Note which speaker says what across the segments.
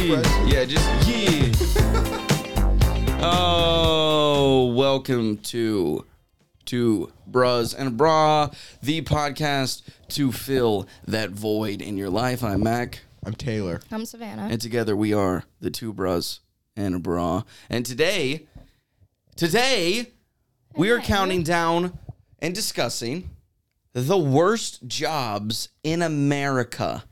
Speaker 1: Mm, Yeah, just yeah. oh, welcome to to Bras and Bra, the podcast to fill that void in your life. I'm Mac,
Speaker 2: I'm Taylor.
Speaker 3: I'm Savannah.
Speaker 1: and together we are the two Bras and a Bra. And today, today we are
Speaker 3: Hey.
Speaker 1: counting down and discussing the worst jobs in America.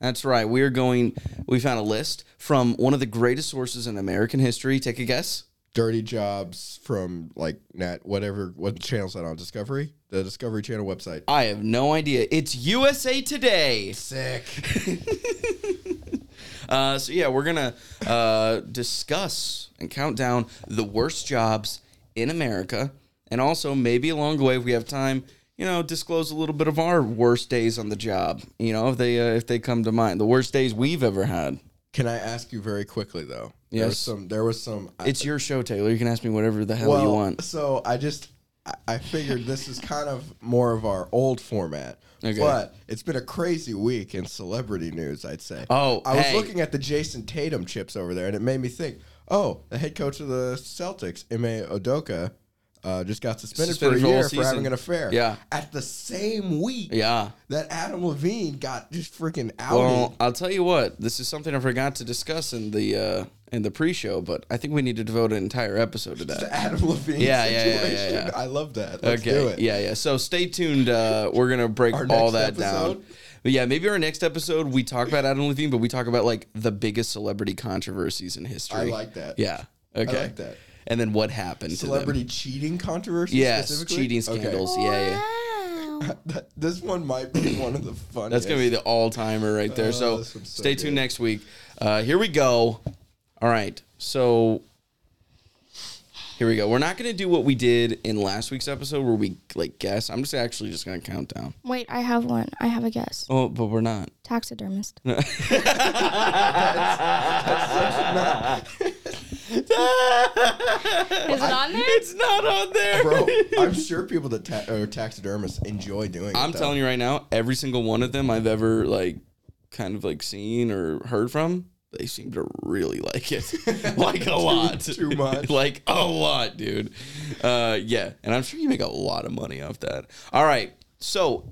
Speaker 1: That's right. We are going. We found a list from one of the greatest sources in American history. Take a guess.
Speaker 2: Dirty jobs from like Nat, whatever, what channel's that on? Discovery? The Discovery Channel website.
Speaker 1: I have no idea. It's USA Today.
Speaker 2: Sick.
Speaker 1: Uh, so yeah, we're gonna uh, discuss and count down the worst jobs in America, and also maybe along the way, if we have time, you know, disclose a little bit of our worst days on the job. You know, if they uh, if they come to mind, the worst days we've ever had.
Speaker 2: Can I ask you very quickly though? There
Speaker 1: Yes.
Speaker 2: was some. There was some.
Speaker 1: It's your show, Taylor. You can ask me whatever the hell
Speaker 2: well,
Speaker 1: you want.
Speaker 2: So I just I- I figured this is kind of more of our old format.
Speaker 1: Okay.
Speaker 2: But it's been a crazy week in celebrity news, I'd say.
Speaker 1: Oh,
Speaker 2: I was
Speaker 1: hey.
Speaker 2: looking at the Jason Tatum chips over there, and it made me think. Oh, the head coach of the Celtics, M.A. Odoka, uh, just got suspended,
Speaker 1: Suspended for
Speaker 2: for a
Speaker 1: the
Speaker 2: year
Speaker 1: whole
Speaker 2: for having
Speaker 1: season.
Speaker 2: an affair.
Speaker 1: Yeah.
Speaker 2: At the same week
Speaker 1: Yeah.
Speaker 2: that Adam Levine got just freaking outed.
Speaker 1: Well, I'll tell you what. This is something I forgot to discuss in the uh, in the pre-show, but I think we need to devote an entire episode to
Speaker 2: the
Speaker 1: that.
Speaker 2: Adam Levine
Speaker 1: Yeah, yeah, yeah, yeah,
Speaker 2: situation.
Speaker 1: yeah.
Speaker 2: I love that. Let's
Speaker 1: okay.
Speaker 2: do it.
Speaker 1: Yeah, yeah. So stay tuned. Uh, we're gonna break
Speaker 2: Our
Speaker 1: all that
Speaker 2: next
Speaker 1: down.
Speaker 2: episode?
Speaker 1: But yeah, maybe our next episode we talk about Adam Levine, but we talk about like the biggest celebrity controversies in history.
Speaker 2: I like that.
Speaker 1: Yeah. Okay.
Speaker 2: like that.
Speaker 1: And then what happened? to them.
Speaker 2: celebrity cheating controversy.
Speaker 1: Yes,
Speaker 2: specifically?
Speaker 1: cheating
Speaker 2: Okay.
Speaker 1: scandals. Yeah, yeah.
Speaker 3: Wow.
Speaker 2: That- this one might be one of the funniest.
Speaker 1: That's gonna be the all timer right there. so
Speaker 2: Oh, this one's so
Speaker 1: stay
Speaker 2: good.
Speaker 1: tuned next week. Uh, here we go. All right. So here we go. We're not gonna do what we did in last week's episode where we like guess. I'm just actually just gonna count down.
Speaker 3: Wait, I have one. I have a guess.
Speaker 1: Oh, but we're not.
Speaker 3: Taxidermist. Is it on there?
Speaker 1: It's not on there.
Speaker 2: bro. I'm sure people that ta- or taxidermists enjoy doing.
Speaker 1: I'm telling you right now, every single one of them I've ever like kind of like seen or heard from, they seem to really like it. like a lot.
Speaker 2: too much.
Speaker 1: like a lot, dude. Uh yeah, and I'm sure you make a lot of money off that. All right. So,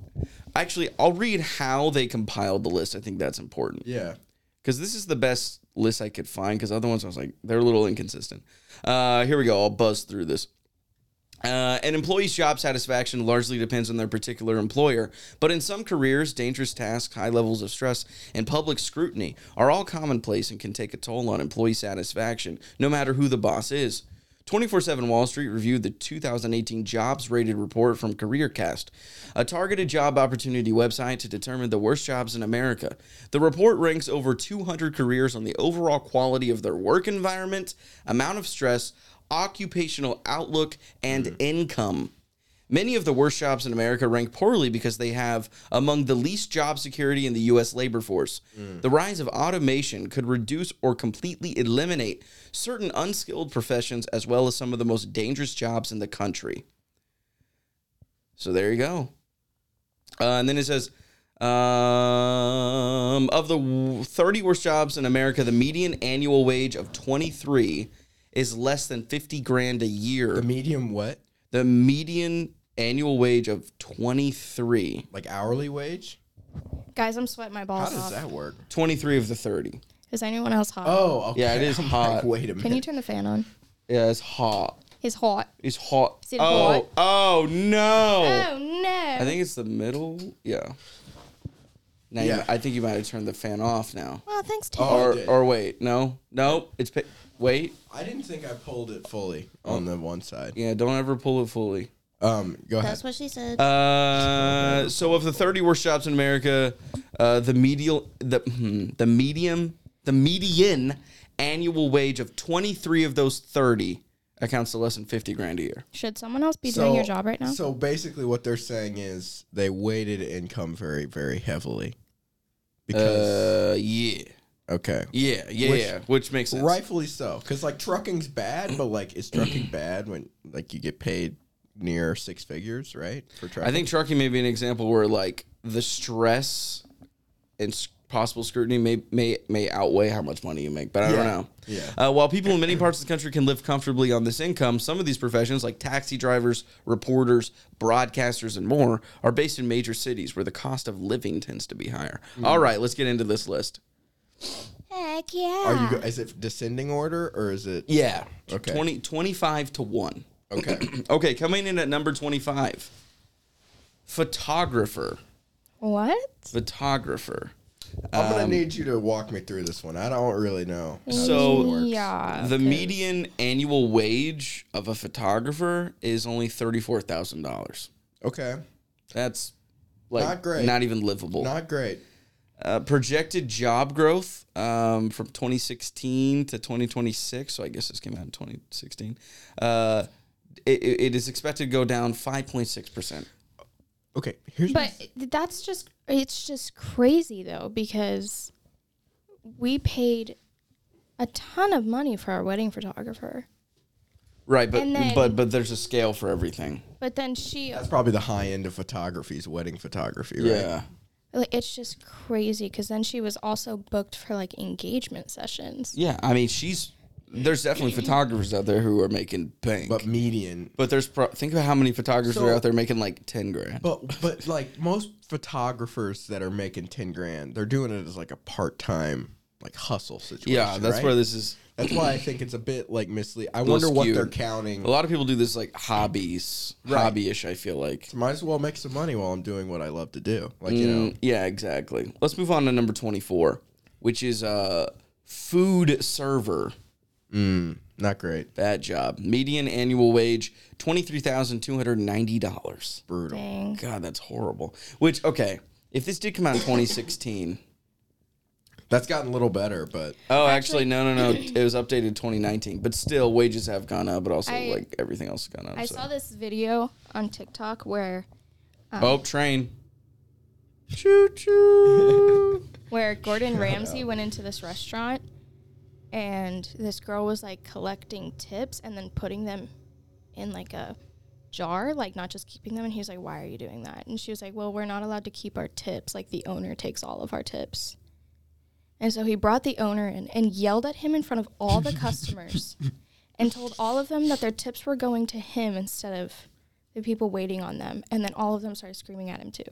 Speaker 1: actually, I'll read how they compiled the list. I think that's important
Speaker 2: Yeah.
Speaker 1: because this is the best list I could find. Because other ones I was like, they're a little inconsistent. Uh, here we go. I'll buzz through this. Uh, an employee's job satisfaction largely depends on their particular employer, but in some careers, dangerous tasks, high levels of stress, and public scrutiny are all commonplace and can take a toll on employee satisfaction, no matter who the boss is. 24 7 Wall Street reviewed the 2018 jobs rated report from CareerCast, a targeted job opportunity website to determine the worst jobs in America. The report ranks over 200 careers on the overall quality of their work environment, amount of stress, occupational outlook, and income. Many of the worst jobs in America rank poorly because they have among the least job security in the U.S. labor force. The rise of automation could reduce or completely eliminate certain unskilled professions as well as some of the most dangerous jobs in the country. So there you go. Uh, and then it says, um, of the w- 30 worst jobs in America, the median annual wage of 23 is less than 50 grand a year
Speaker 2: The medium what?
Speaker 1: the median annual wage of 23
Speaker 2: Like hourly wage?
Speaker 3: Guys, I'm sweating my
Speaker 2: How
Speaker 3: balls
Speaker 2: does
Speaker 3: off.
Speaker 2: that work?
Speaker 1: 23 of the 30
Speaker 3: Is anyone else hot?
Speaker 2: Oh, okay.
Speaker 1: Yeah, it is
Speaker 2: I'm
Speaker 1: hot.
Speaker 2: Like, Wait a minute.
Speaker 3: Can you turn the fan on?
Speaker 1: yeah it's hot
Speaker 3: He's hot.
Speaker 1: it's hot
Speaker 3: Is it
Speaker 1: oh oh no
Speaker 3: Oh no.
Speaker 1: i think it's the middle yeah now You,
Speaker 2: Yeah.
Speaker 1: i think you might have turned the fan off now
Speaker 3: well, thanks,
Speaker 2: Oh,
Speaker 3: Taylor.
Speaker 1: or
Speaker 2: did.
Speaker 1: or wait no no it's pa- wait
Speaker 2: I didn't think I pulled it fully on the one side.
Speaker 1: yeah don't ever pull it fully
Speaker 2: Um, go ahead.
Speaker 3: what she said.
Speaker 1: Uh, so of the 30 worst jobs in America, uh, the medial the hmm, the medium the median annual wage of 23 of those 30 accounts to less than 50 grand a year.
Speaker 3: Should someone else be doing your job right now?
Speaker 2: So basically, what they're saying is they weighted income very, very heavily. Because
Speaker 1: Uh, yeah.
Speaker 2: okay,
Speaker 1: Yeah, yeah,
Speaker 2: Which-
Speaker 1: yeah, which makes sense.
Speaker 2: Rightfully so, because like trucking's bad, but like is trucking bad when like you get paid near six figures, right? For trucking,
Speaker 1: I think trucking may be an example where like the stress and s- possible scrutiny may may may outweigh how much money you make, but I
Speaker 2: Yeah.
Speaker 1: don't know.
Speaker 2: Yeah.
Speaker 1: Uh, while people in many parts of the country can live comfortably on this income, some of these professions, like taxi drivers, reporters, broadcasters, and more, are based in major cities where the cost of living tends to be higher. All right, let's get into this list.
Speaker 3: Heck yeah.
Speaker 2: Are you? Go- is it descending order or is it?
Speaker 1: Yeah.
Speaker 2: Okay.
Speaker 1: 20, 25 to one.
Speaker 2: Okay.
Speaker 1: okay, coming in at number twenty-five, photographer.
Speaker 3: what?
Speaker 1: Photographer.
Speaker 2: I'm gonna need you to walk me through this one. I don't really know. how this
Speaker 1: Um, So-
Speaker 2: works.
Speaker 3: yeah.
Speaker 1: The
Speaker 3: 'cause-
Speaker 1: median annual wage of a photographer is only thirty-four thousand dollars.
Speaker 2: Okay.
Speaker 1: That's like
Speaker 2: Not great.
Speaker 1: not even livable.
Speaker 2: Not great.
Speaker 1: uh, projected job growth um, from 2016 to 2026. So I guess this came out in 2016. Uh, it, it it is expected to go down 5.6 percent.
Speaker 2: Okay. Here's my
Speaker 3: But that's just it's just crazy though because we paid a ton of money for our wedding photographer.
Speaker 1: Right, but
Speaker 3: And then-
Speaker 1: but but there's a scale for everything.
Speaker 3: But then she
Speaker 2: That's probably the high end of photography is wedding photography, right?
Speaker 1: Yeah.
Speaker 3: like it's just crazy cuz then she was also booked for like engagement sessions.
Speaker 1: Yeah, I mean, she's there's definitely photographers out there who are making bank, but,
Speaker 2: But median.
Speaker 1: there's pro- think about how many photographers
Speaker 2: So-
Speaker 1: are out there making like ten grand.
Speaker 2: But but like most photographers that are making ten grand, they're doing it as like a part time like hustle situation.
Speaker 1: yeah, that's
Speaker 2: right?
Speaker 1: where this is.
Speaker 2: That's why I think it's a bit like misleading. I wonder what
Speaker 1: skewed.
Speaker 2: they're counting.
Speaker 1: A lot of people do this like hobbies,
Speaker 2: Right.
Speaker 1: hobbyish. I feel like.
Speaker 2: Might as well make some money while I'm doing what I love to do. Like you know,
Speaker 1: Mm, yeah, exactly. Let's move on to number twenty-four, which is uh, food server.
Speaker 2: not great,
Speaker 1: That job median annual wage twenty-three thousand two hundred ninety dollars.
Speaker 2: brutal.
Speaker 3: Dang.
Speaker 1: God, that's horrible. Which okay, if this did come out in twenty sixteen.
Speaker 2: That's gotten a little better, but
Speaker 1: Oh, actually, no, no, no. It was updated 2019, but still, wages have gone up, but also
Speaker 3: I-
Speaker 1: like everything else has gone up.
Speaker 3: I
Speaker 1: so.
Speaker 3: saw this video on TikTok where
Speaker 1: Oh, train. Choo choo.
Speaker 3: where Gordon Ramsay went into this restaurant and this girl was like collecting tips and then putting them in like a jar, like not just keeping them. And he was like, Why are you doing that? And she was like, Well, we're not allowed to keep our tips. Like the owner takes all of our tips. And so he brought the owner in and yelled at him in front of all the customers and told all of them that their tips were going to him instead of the people waiting on them. And then all of them started screaming at him too.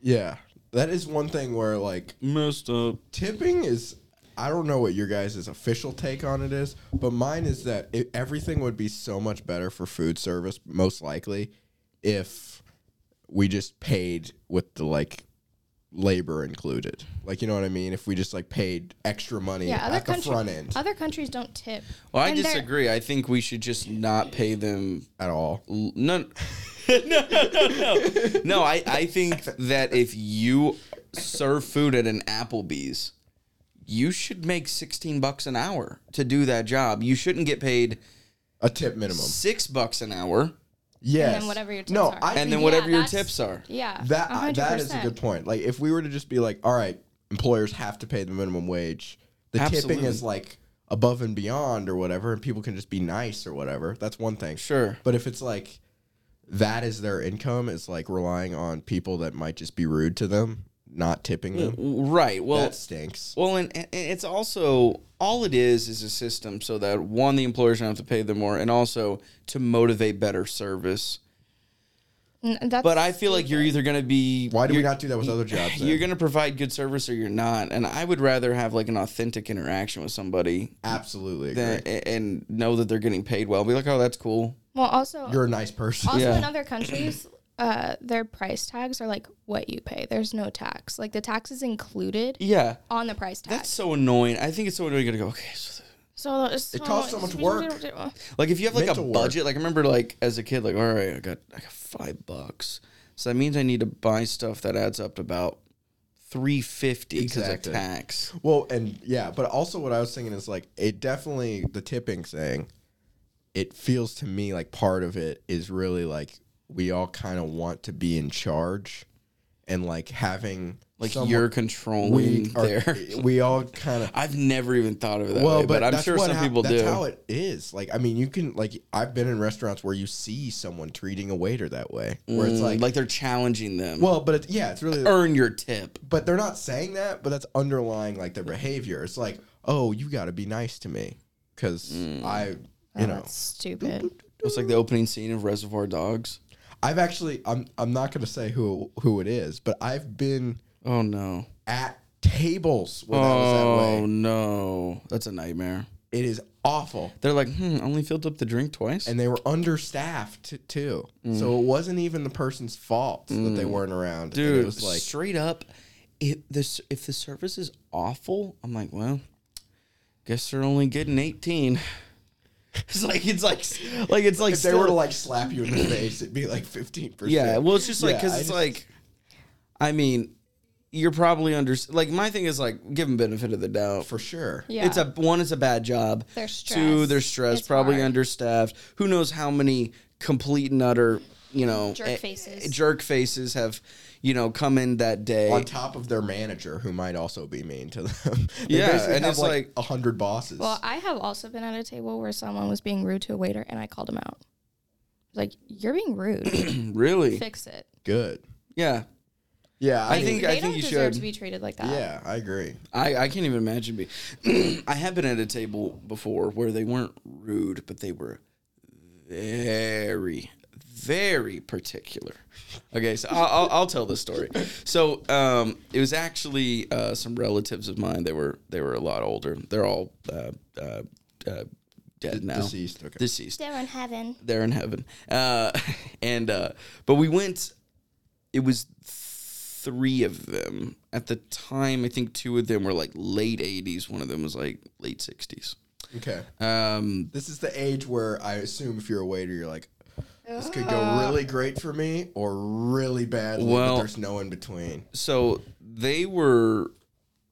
Speaker 2: yeah, that is one thing where like
Speaker 1: Messed up.
Speaker 2: tipping is I don't know what your guys' official take on it is, but mine is that it, everything would be so much better for food service, most likely, if we just paid with the like labor included. Like you know what I mean? If we just like paid extra money
Speaker 3: Yeah, other
Speaker 2: at the
Speaker 3: countries
Speaker 2: front end
Speaker 3: other countries don't tip.
Speaker 1: Well, I
Speaker 3: And they're-
Speaker 1: disagree. I think we should just not pay them.
Speaker 2: at all.
Speaker 1: l- None. no, no, no, no. No, I, I think that if you serve food at an Applebee's, you should make 16 bucks an hour to do that job. You shouldn't get paid
Speaker 2: A tip minimum.
Speaker 1: six bucks an hour.
Speaker 2: Yes.
Speaker 3: whatever your tips
Speaker 2: no,
Speaker 3: are.
Speaker 2: I
Speaker 1: and then
Speaker 2: think
Speaker 1: whatever your
Speaker 3: that's-
Speaker 1: tips are.
Speaker 3: Yeah.
Speaker 2: That
Speaker 3: a
Speaker 2: I-
Speaker 3: hundred
Speaker 2: that is a
Speaker 3: percent.
Speaker 2: good point. Like if we were to just be like, all right, employers have to pay the minimum wage. The tipping
Speaker 1: Absolutely.
Speaker 2: is like above and beyond or whatever, and people can just be nice or whatever. That's one thing.
Speaker 1: Sure.
Speaker 2: But if it's like that is their income, it's like relying on people that might just be rude to them, not tipping them.
Speaker 1: Right. Well,
Speaker 2: that stinks.
Speaker 1: well, and, and it's also all it is is a system so that one, the employers don't have to pay them more, and also to motivate better service.
Speaker 3: N- That's,
Speaker 1: But I feel like you're either going to be
Speaker 2: Why do we
Speaker 1: you're-
Speaker 2: not do that with other jobs? then?
Speaker 1: You're going to provide good service or you're not, and I would rather have like an authentic interaction with somebody
Speaker 2: Absolutely agree.
Speaker 1: than, a- and know that they're getting paid well. Be like, oh, that's cool.
Speaker 3: well, also
Speaker 2: You're a nice person.
Speaker 3: also
Speaker 1: Yeah.
Speaker 3: in other countries, uh, their price tags are like what you pay. There's no tax. Like the tax is included
Speaker 1: Yeah,
Speaker 3: on the price tag.
Speaker 1: that's so annoying. I think it's so annoying. to go, okay, so
Speaker 3: so Oh, it
Speaker 2: costs so much work.
Speaker 1: Like if you have like
Speaker 2: Mental
Speaker 1: a
Speaker 2: work.
Speaker 1: budget, like I remember like as a kid, like all right, I got I got five bucks, so that means I need to buy stuff that adds up to about three fifty because
Speaker 2: Exactly.
Speaker 1: of tax.
Speaker 2: Well, and yeah, but also what I was thinking is like it definitely the tipping thing. It feels to me like part of it is really like we all kind of want to be in charge, and like having
Speaker 1: Like
Speaker 2: someone-
Speaker 1: you're controlling
Speaker 2: we are,
Speaker 1: there.
Speaker 2: we all kind of
Speaker 1: I've never even thought of it that
Speaker 2: well,
Speaker 1: way, but,
Speaker 2: but,
Speaker 1: I'm
Speaker 2: that's
Speaker 1: sure
Speaker 2: what
Speaker 1: some
Speaker 2: hap-
Speaker 1: people
Speaker 2: that's
Speaker 1: do.
Speaker 2: how it is. Like I mean, you can like I've been in restaurants where you see someone treating a waiter that way, where it's
Speaker 1: Mm,
Speaker 2: like,
Speaker 1: like they're challenging them.
Speaker 2: well, but it's, yeah, it's really
Speaker 1: earn your tip.
Speaker 2: but they're not saying that, but that's underlying like their behavior. It's like, oh, you got to be nice to me because
Speaker 1: Mm.
Speaker 2: I, you
Speaker 3: Oh,
Speaker 2: know,
Speaker 3: that's stupid.
Speaker 1: It's like the opening scene of Reservoir Dogs.
Speaker 2: I've actually, I'm, I'm not gonna say who who it is, but I've been
Speaker 1: Oh no.
Speaker 2: at tables where that was that
Speaker 1: Oh
Speaker 2: way.
Speaker 1: no. That's a nightmare.
Speaker 2: It is awful,
Speaker 1: They're like, hmm, only filled up the drink twice.
Speaker 2: and they were understaffed t- too,
Speaker 1: Mm.
Speaker 2: so it wasn't even the person's fault that they weren't around. and
Speaker 1: Dude,
Speaker 2: it was like,
Speaker 1: straight up, if this if the service is awful, I'm like, well, guess they're only getting 18. It's like it's like like it's like
Speaker 2: if they were to
Speaker 1: still-
Speaker 2: like slap you in the face, it'd be like fifteen percent.
Speaker 1: Yeah, well, it's just like
Speaker 2: Yeah,
Speaker 1: because
Speaker 2: I
Speaker 1: it's
Speaker 2: just-
Speaker 1: like, I mean, you're probably under like my thing is like give them benefit of the doubt.
Speaker 2: for sure.
Speaker 3: Yeah.
Speaker 1: It's a one, it's a bad job.
Speaker 3: They're
Speaker 1: Two,
Speaker 3: stressed.
Speaker 1: they're stressed,
Speaker 3: It's
Speaker 1: probably
Speaker 3: hard.
Speaker 1: understaffed. Who knows how many complete and utter, you know,
Speaker 3: Jerk
Speaker 1: eh,
Speaker 3: faces.
Speaker 1: jerk faces have, you know, come in that day.
Speaker 2: on top of their manager who might also be mean to them. they
Speaker 1: Yeah,
Speaker 2: basically
Speaker 1: and
Speaker 2: have
Speaker 1: it's
Speaker 2: like
Speaker 1: like-
Speaker 2: a hundred bosses.
Speaker 3: Well, I have also been at a table where someone was being rude to a waiter, and I called him out. Like, you're being rude.
Speaker 1: really?
Speaker 3: Fix it.
Speaker 2: Good.
Speaker 1: Yeah.
Speaker 2: Yeah, I,
Speaker 1: I
Speaker 2: mean,
Speaker 1: think
Speaker 3: they
Speaker 1: I
Speaker 3: don't
Speaker 1: think you
Speaker 3: deserve
Speaker 1: should.
Speaker 3: to be treated like that.
Speaker 2: Yeah, I agree.
Speaker 1: I, I can't even imagine being. I have been at a table before where they weren't rude, but they were very, very particular. Okay, so I'll, I'll, I'll tell this story. So um, it was actually uh, some relatives of mine. They were they were a lot older. They're all uh, uh, uh, dead now.
Speaker 2: Deceased. Okay.
Speaker 1: Deceased
Speaker 3: They're in heaven.
Speaker 1: they're in heaven. Uh, and uh, but we went. It was three of them at the time. I think two of them were like late eighties. One of them was like late sixties.
Speaker 2: okay.
Speaker 1: Um,
Speaker 2: This is the age where I assume if you're a waiter, you're like, this could go really great for me or really badly.
Speaker 1: Uh. Well-
Speaker 2: but there's no in between.
Speaker 1: so they were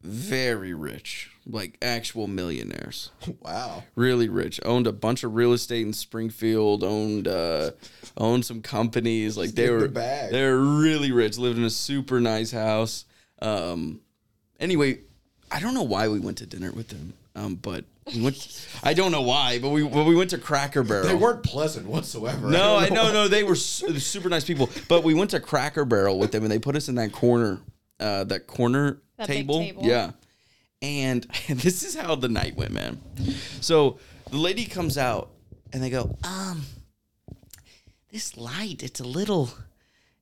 Speaker 1: very rich, like actual millionaires.
Speaker 2: Wow.
Speaker 1: really rich. Owned a bunch of real estate in Springfield. Owned uh, owned some companies. Like they
Speaker 2: in the
Speaker 1: were
Speaker 2: bag.
Speaker 1: they were really rich. Lived in a super nice house. Um, anyway, I don't know why we went to dinner with them. Um, but we went. I don't know why, but we well, we went to Cracker Barrel.
Speaker 2: They weren't pleasant whatsoever.
Speaker 1: No, I
Speaker 2: don't
Speaker 1: no no they were su- super nice people. But we went to Cracker Barrel with them, and they put us in that corner, uh, that corner
Speaker 3: That big
Speaker 1: table.
Speaker 3: table.
Speaker 1: Yeah, and this is how the night went, man. So the lady comes out, and they go, um, this light, it's a little.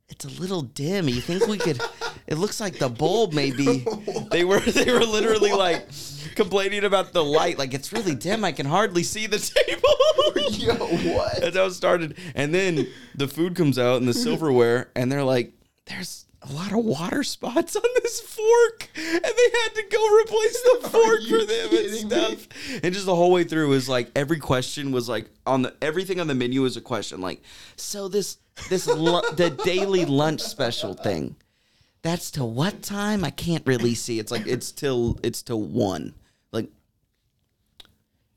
Speaker 1: It's a little dim. You think we could? It looks like the bulb. Maybe they were they were literally like complaining about the light. Like it's really dim. I can hardly see the table.
Speaker 2: Yo, what?
Speaker 1: That's how it started. And then the food comes out and the silverware, and they're like, there's a lot of water spots on this fork. And they had to go replace the fork
Speaker 2: you
Speaker 1: for them and
Speaker 2: kidding
Speaker 1: stuff. And just the whole way through was like every question was like on the everything on the menu was a question. Like, so this this lu- the daily lunch special thing. That's till what time? I can't really see. It's like it's till it's till one. Like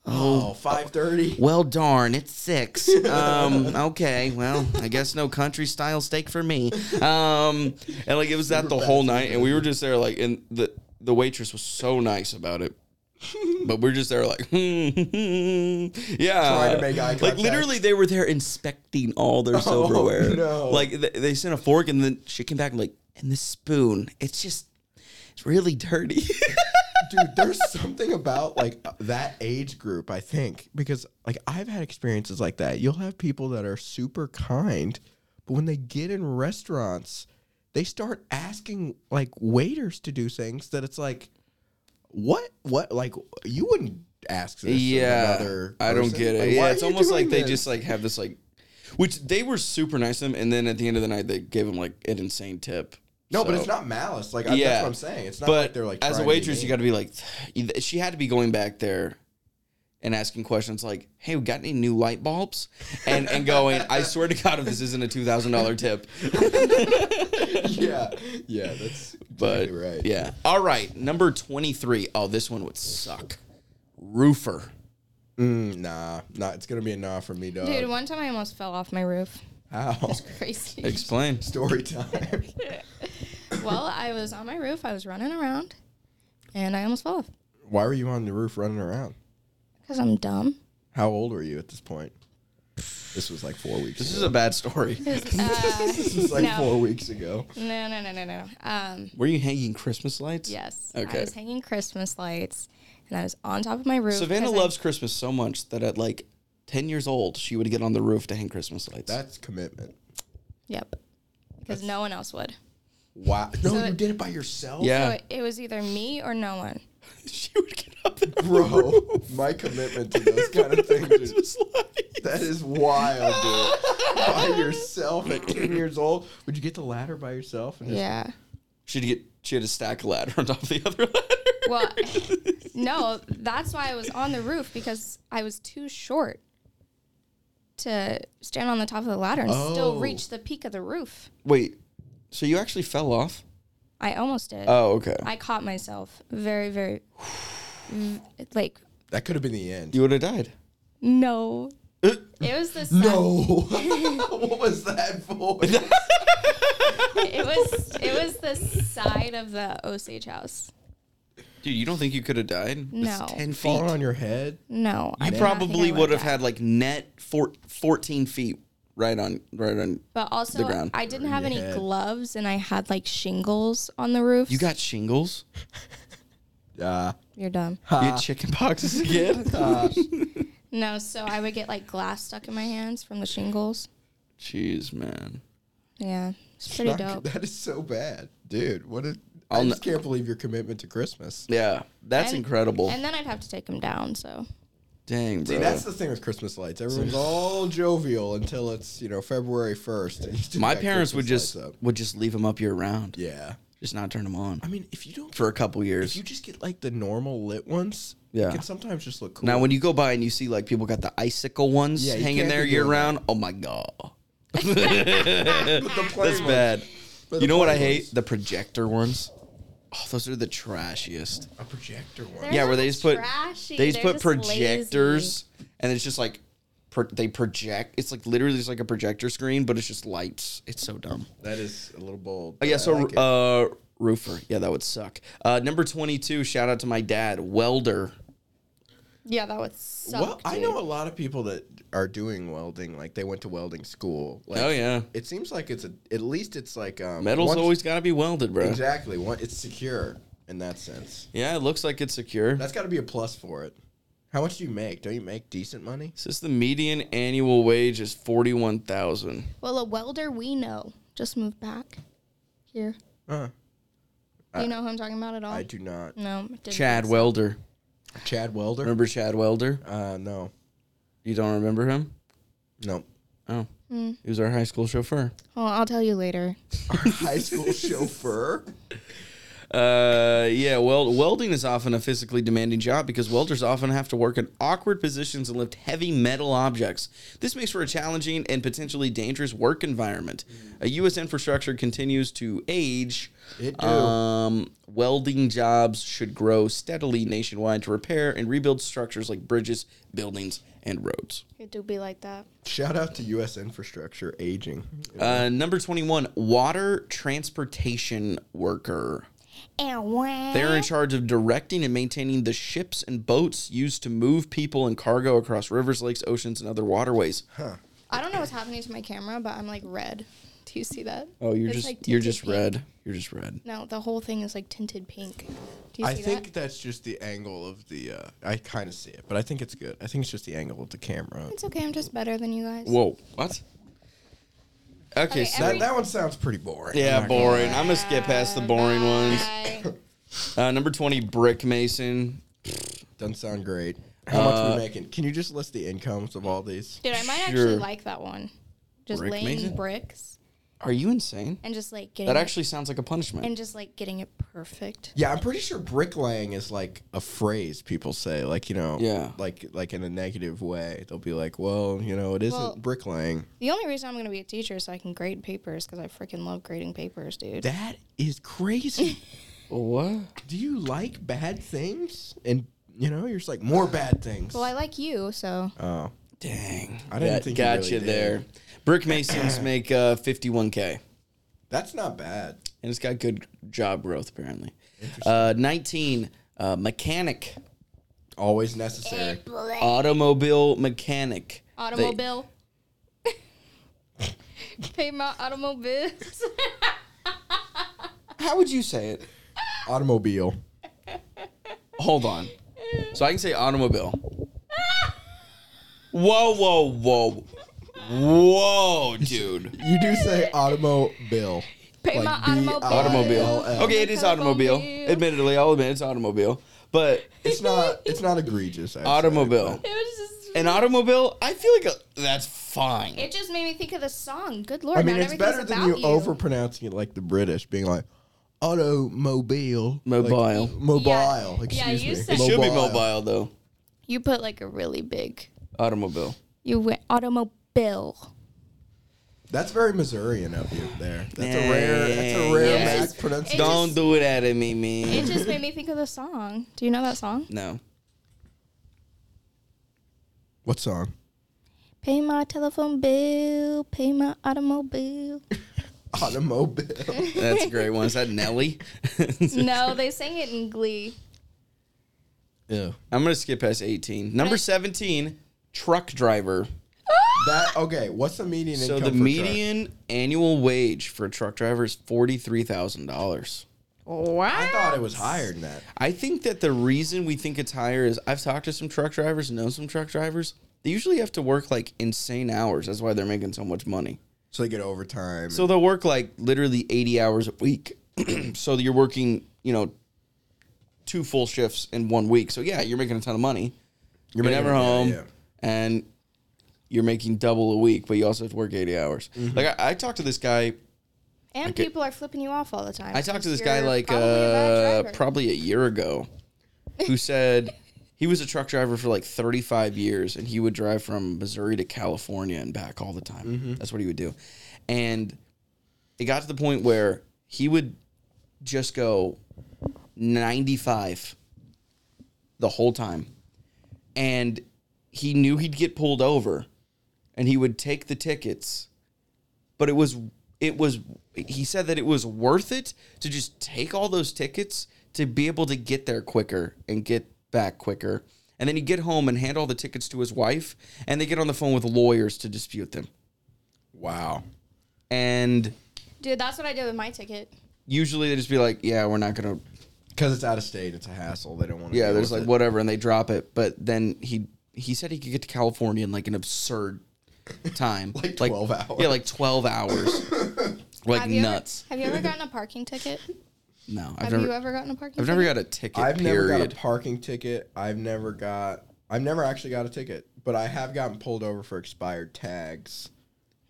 Speaker 2: Oh, 530.
Speaker 1: well, darn, it's six. Um, okay, well, I guess no country style steak for me. Um, and like it was that the whole night, and we were just there like, and the the waitress was so nice about it. But we're just there, like, yeah,
Speaker 2: Trying to make eye
Speaker 1: like
Speaker 2: contact. Oh,
Speaker 1: literally, they were there inspecting all their silverware.
Speaker 2: no.
Speaker 1: Like th- they sent a fork, and then she came back and like, and the spoon, it's just, it's really dirty.
Speaker 2: dude there's something about like that age group i think because like i've had experiences like that you'll have people that are super kind but when they get in restaurants they start asking like waiters to do things that it's like what what like you wouldn't ask this of another
Speaker 1: I don't
Speaker 2: person.
Speaker 1: get it.
Speaker 2: Like, why
Speaker 1: yeah,
Speaker 2: are
Speaker 1: it's
Speaker 2: you
Speaker 1: almost like
Speaker 2: doing
Speaker 1: they
Speaker 2: this?
Speaker 1: just like have this like, which they were super nice to them, and then at the end of the night they gave them like an insane tip.
Speaker 2: no but
Speaker 1: So-
Speaker 2: it's not malice like I,
Speaker 1: Yeah.
Speaker 2: that's what i'm saying it's not
Speaker 1: But
Speaker 2: like they're
Speaker 1: as
Speaker 2: like
Speaker 1: a
Speaker 2: trying to be
Speaker 1: waitress, you
Speaker 2: mean.
Speaker 1: got to be like, she had to be going back there. And asking questions like, "Hey, we got any new light bulbs?" and and going, "I swear to God, if this isn't a two thousand dollar tip."
Speaker 2: yeah yeah that's
Speaker 1: But
Speaker 2: exactly right
Speaker 1: yeah, all right, number twenty three. Oh, this one would suck. Roofer.
Speaker 2: Mm, nah nah it's gonna be a nah for me dog
Speaker 3: Dude, one time I almost fell off my roof.
Speaker 2: Ow.
Speaker 3: Crazy.
Speaker 1: Explain.
Speaker 2: story time.
Speaker 3: well, I was on my roof. I was running around, and I almost fell off
Speaker 2: Why were you on the roof running around?
Speaker 3: because I'm dumb.
Speaker 2: How old were you at this point? This was like four weeks.
Speaker 1: This
Speaker 2: ago.
Speaker 1: is a bad story.
Speaker 3: 'Cause, uh,
Speaker 2: this was like
Speaker 3: no.
Speaker 2: four weeks ago.
Speaker 3: no, no, no, no, no. Um,
Speaker 1: Were you hanging Christmas lights?
Speaker 3: yes.
Speaker 1: Okay.
Speaker 3: I was hanging Christmas lights, and I was on top of my roof.
Speaker 1: Savannah
Speaker 3: 'cause I-
Speaker 1: loves Christmas so much that at like 10 years old, she would get on the roof to hang Christmas lights.
Speaker 2: That's commitment.
Speaker 3: Yep. Because no one else would.
Speaker 2: Wow. No,
Speaker 3: So
Speaker 2: you
Speaker 3: it-
Speaker 2: did it by yourself?
Speaker 3: Oh, So
Speaker 1: yeah.
Speaker 3: it, it was either me or no one.
Speaker 1: she would get up there.
Speaker 2: Bro, my commitment to those kind of things is
Speaker 1: Christmas lights.
Speaker 2: That is wild, dude. by yourself at 10 years old. Would you get the ladder by yourself? And just,
Speaker 3: Yeah.
Speaker 1: She'd get, she had a stack of ladder on top of the other ladder.
Speaker 3: Well, no, that's why I was on the roof because I was too short to stand on the top of the ladder and
Speaker 2: Oh.
Speaker 3: still reach the peak of the roof.
Speaker 1: Wait, so you actually fell off?
Speaker 3: I almost did.
Speaker 1: Oh, okay.
Speaker 3: I caught myself very, very, v- like,
Speaker 2: That could have been the end.
Speaker 1: you would have died.
Speaker 3: no.
Speaker 1: Uh.
Speaker 3: It was the sun.
Speaker 2: what was that for?
Speaker 3: It was it was the side of the Osage house.
Speaker 1: Dude, you don't think you could have died?
Speaker 3: No.
Speaker 1: It's 10 feet.
Speaker 2: Falling on your head?
Speaker 3: No, I
Speaker 1: You
Speaker 3: did not think I
Speaker 1: probably
Speaker 3: would've
Speaker 1: would have
Speaker 3: died.
Speaker 1: had like net four, 14 feet right on, right on.
Speaker 3: But also,
Speaker 1: the ground.
Speaker 3: I didn't have any
Speaker 2: Yeah.
Speaker 3: gloves, and I had like shingles on the roof.
Speaker 1: You got shingles?
Speaker 2: Uh,
Speaker 3: you're dumb.
Speaker 1: You had chicken boxes again?
Speaker 3: No, so I would get like glass stuck in my hands from the shingles.
Speaker 1: Jeez, man.
Speaker 3: Yeah, it's pretty
Speaker 2: Chuck,
Speaker 3: dope.
Speaker 2: That is so bad. Dude, what a. I
Speaker 1: I'll
Speaker 2: just can't believe your commitment to Christmas.
Speaker 1: Yeah, that's
Speaker 3: And-
Speaker 1: incredible.
Speaker 3: And then I'd have to take them down. So
Speaker 1: Dang, bro.
Speaker 2: See, that's the thing with Christmas lights. Everyone's all jovial until it's, you know, February 1st. and you still
Speaker 1: My
Speaker 2: got
Speaker 1: parents would
Speaker 2: Christmas
Speaker 1: just
Speaker 2: lights up.
Speaker 1: would just leave them up year round,
Speaker 2: Yeah.
Speaker 1: just not turn them on
Speaker 2: I mean, if you don't
Speaker 1: for a couple
Speaker 2: If
Speaker 1: years.
Speaker 2: you just get like the normal lit ones,
Speaker 1: Yeah.
Speaker 2: it can sometimes just look cool.
Speaker 1: Now, when you go by and you see like people got the icicle ones
Speaker 2: Yeah, you
Speaker 1: hanging
Speaker 2: can't
Speaker 1: there
Speaker 2: be
Speaker 1: year
Speaker 2: doing that.
Speaker 1: round, oh my god,
Speaker 2: the
Speaker 1: that's bad.
Speaker 2: But
Speaker 1: You
Speaker 2: the
Speaker 1: know what I
Speaker 2: plain
Speaker 1: hate?
Speaker 2: ones.
Speaker 1: The projector ones. Oh, those are the trashiest.
Speaker 2: a projector one.
Speaker 3: They're
Speaker 1: yeah, where
Speaker 3: not
Speaker 1: they just put
Speaker 3: trashy,
Speaker 1: they just
Speaker 3: they're
Speaker 1: put
Speaker 3: just
Speaker 1: projectors, and it's just like pro- they project. It's like literally just like a projector screen, but it's just lights. It's so dumb.
Speaker 2: That is a little bold.
Speaker 1: Oh yeah,
Speaker 2: I
Speaker 1: so
Speaker 2: like it.
Speaker 1: uh, roofer. Yeah, that would suck. Uh, number twenty-two. Shout out to my dad, welder.
Speaker 3: yeah, that would suck.
Speaker 2: well, I
Speaker 3: dude.
Speaker 2: know a lot of people that are doing welding. Like they went to welding school. Like,
Speaker 1: oh yeah,
Speaker 2: It seems like it's a. At least it's like um,
Speaker 1: metal's
Speaker 2: once-
Speaker 1: always got to be welded, bro.
Speaker 2: exactly. One, it's secure in that sense.
Speaker 1: Yeah, it looks like it's secure.
Speaker 2: That's got to be a plus for it. How much do you make? Don't you make decent money?
Speaker 1: Says the median annual wage is forty-one thousand.
Speaker 3: Well, a welder we know just moved back here.
Speaker 2: Huh.
Speaker 3: Do you know who I'm talking about at all?
Speaker 2: I do not.
Speaker 3: No, didn't think
Speaker 1: Uh, Chad
Speaker 3: so.
Speaker 1: Welder.
Speaker 2: Chad Welder.
Speaker 1: Remember Chad Welder?
Speaker 2: Uh, no,
Speaker 1: You don't remember him?
Speaker 2: no.
Speaker 1: Oh,
Speaker 3: Mm.
Speaker 1: he was our high school chauffeur.
Speaker 3: Oh, I'll tell you later.
Speaker 2: Our high school chauffeur.
Speaker 1: Uh, yeah, well, welding is often a physically demanding job because welders often have to work in awkward positions and lift heavy metal objects. This makes for a challenging and potentially dangerous work environment. A U.S. infrastructure continues to age.
Speaker 2: It do.
Speaker 1: Um, welding jobs should grow steadily nationwide to repair and rebuild structures like bridges, buildings, and roads.
Speaker 3: It do be like that.
Speaker 2: Shout out to U.S. infrastructure aging.
Speaker 1: Uh, number 21, water transportation worker.
Speaker 3: And wow.
Speaker 1: They're in charge of directing and maintaining the ships and boats used to move people and cargo across rivers, lakes, oceans, and other waterways.
Speaker 3: I don't know what's happening to my camera, but I'm like red. Do you see that?
Speaker 1: Oh, you're
Speaker 3: It's,
Speaker 1: just
Speaker 3: like,
Speaker 1: you're
Speaker 3: tinted
Speaker 1: just
Speaker 3: pink.
Speaker 1: red. You're just red.
Speaker 3: No, the whole thing is like tinted pink. Do you
Speaker 2: I
Speaker 3: see
Speaker 2: think
Speaker 3: that?
Speaker 2: that's just the angle of the. Uh, I kind of see it, but I think it's good. I think it's just the angle of the camera.
Speaker 3: It's okay. I'm just better than you guys.
Speaker 1: Whoa, what? Okay,
Speaker 3: Okay,
Speaker 1: so
Speaker 2: That,
Speaker 1: that,
Speaker 3: every-
Speaker 2: that one sounds pretty boring. I'm
Speaker 1: yeah,
Speaker 2: not gonna lie.
Speaker 1: boring. I'm gonna skip past the boring ones.
Speaker 3: Bye.
Speaker 1: Uh, number 20, brick mason.
Speaker 2: Doesn't sound great. How much are we making? Can you just list the incomes of all these?
Speaker 3: Dude, I might
Speaker 1: Sure.
Speaker 3: actually like that one. Just
Speaker 1: Brick
Speaker 3: laying
Speaker 1: mason?
Speaker 3: bricks
Speaker 1: Are you insane?
Speaker 3: and just like getting
Speaker 1: That
Speaker 3: it-
Speaker 1: actually sounds like a punishment.
Speaker 3: and just like getting it perfect.
Speaker 2: Yeah, I'm pretty sure bricklaying is like a phrase people say, like you know,
Speaker 1: Yeah.
Speaker 2: like like in a negative way. They'll be like, well, you know, it isn't
Speaker 3: Well-
Speaker 2: bricklaying.
Speaker 3: The only reason I'm going to be a teacher is so I can grade papers because I freaking love grading papers, dude.
Speaker 2: That is crazy.
Speaker 1: what?
Speaker 2: Do you like bad things? And you know, you're just like more bad things.
Speaker 3: well, I like you, so
Speaker 2: oh,
Speaker 1: Dang.
Speaker 2: I didn't
Speaker 1: Got-
Speaker 2: think you
Speaker 1: got
Speaker 2: really
Speaker 1: you
Speaker 2: did.
Speaker 1: there. Brick masons make uh, 51k.
Speaker 2: that's not bad.
Speaker 1: and it's got good job growth apparently. Uh, 19 uh, mechanic,
Speaker 2: Always necessary.
Speaker 3: Eh.
Speaker 1: automobile mechanic. They-
Speaker 3: Automobile. Pay my automobiles.
Speaker 1: how would you say it?
Speaker 2: Automobile.
Speaker 1: Hold on. So I can say automobile. Whoa, whoa, whoa, whoa, dude.
Speaker 2: You do say automobile.
Speaker 3: Pay my automobile.
Speaker 1: Automobile.
Speaker 2: I-L-L.
Speaker 1: Okay, it is automobile. Admittedly, I'll admit it's automobile, but
Speaker 2: It's not. It's not egregious. I'd say,
Speaker 1: automobile.
Speaker 3: It was just.
Speaker 1: An automobile, I feel like a, that's fine.
Speaker 3: It just made me think of the song. Good lord,
Speaker 2: but- I mean,
Speaker 3: not
Speaker 2: it's
Speaker 3: everything's
Speaker 2: better than
Speaker 3: about
Speaker 2: you, overpronouncing it like the British, being like automobile, Like,
Speaker 1: Mobile.
Speaker 2: mobile.
Speaker 3: Yeah. Yeah,
Speaker 2: Excuse
Speaker 3: you
Speaker 2: me.
Speaker 1: It
Speaker 3: said-
Speaker 1: should be mobile though.
Speaker 3: You put like a really big.
Speaker 1: Automobile.
Speaker 3: You went automobile.
Speaker 2: That's very Missourian of you there. That's
Speaker 1: Yeah,
Speaker 2: a rare. That's a rare
Speaker 1: yeah.
Speaker 2: Mac
Speaker 3: It's-
Speaker 2: pronunciation.
Speaker 3: it's-
Speaker 1: Don't
Speaker 3: just-
Speaker 1: do that at me, man.
Speaker 3: It just made me think of the song. Do you know that song?
Speaker 1: no.
Speaker 2: What song?
Speaker 3: Pay my telephone bill. Pay my automobile.
Speaker 2: Automobile.
Speaker 1: That's a great one. Is that Nelly?
Speaker 3: no, they sang it in Glee.
Speaker 2: yeah.
Speaker 1: I'm gonna skip past 18. Number 17, truck driver.
Speaker 2: That okay. What's the median
Speaker 1: So
Speaker 2: income?
Speaker 1: the
Speaker 2: for truck?
Speaker 1: median annual wage for a truck driver is forty three thousand dollars.
Speaker 3: What?
Speaker 2: I thought it was higher than that.
Speaker 1: I think that the reason we think it's higher is I've talked to some truck drivers, know some truck drivers. They usually have to work like insane hours. That's why they're making so much money.
Speaker 2: So they get overtime.
Speaker 1: So they'll work like literally eighty hours a week. so you're working, you know, two full shifts in one week. So yeah, you're making a ton of money. You're,
Speaker 2: making-
Speaker 1: never
Speaker 2: yeah,
Speaker 1: home,
Speaker 2: yeah.
Speaker 1: and you're making double a week, but you also have to work eighty hours.
Speaker 2: Mm-hmm.
Speaker 1: Like I, I talked to this guy
Speaker 3: And
Speaker 1: Okay.
Speaker 3: people are flipping you off all the time.
Speaker 1: I talked to
Speaker 3: because
Speaker 1: this guy
Speaker 3: you're
Speaker 1: like
Speaker 3: probably a bad
Speaker 1: uh,
Speaker 3: driver.
Speaker 1: probably a year ago who said he was a truck driver for like 35 years and he would drive from Missouri to California and back all the time.
Speaker 3: Mm-hmm.
Speaker 1: That's what he would do. And it got to the point where he would just go 95 the whole time. And he knew he'd get pulled over and he would take the tickets but it was it was he said that it was worth it to just take all those tickets to be able to get there quicker and get back quicker and then he'd get home and hand all the tickets to his wife and they get on the phone with lawyers to dispute them
Speaker 2: wow.
Speaker 1: and
Speaker 3: Dude, that's what I did with my ticket.
Speaker 1: usually they just be like yeah we're not gonna
Speaker 2: Because it's out of state, it's a hassle. They don't want to.
Speaker 1: yeah there's like whatever and they drop it but then he he said he could get to california in like an absurd time
Speaker 2: Like 12 hours.
Speaker 1: yeah like 12 hours like
Speaker 3: Have you
Speaker 1: nuts
Speaker 3: Ever, have you ever gotten a parking ticket?
Speaker 1: no i've
Speaker 3: have
Speaker 1: never
Speaker 3: you ever gotten a parking
Speaker 1: i've never
Speaker 3: ticket?
Speaker 1: got a ticket
Speaker 2: I've
Speaker 1: period
Speaker 2: never got a parking ticket. I've never got. I've never actually got a ticket, but I have gotten pulled over for expired tags.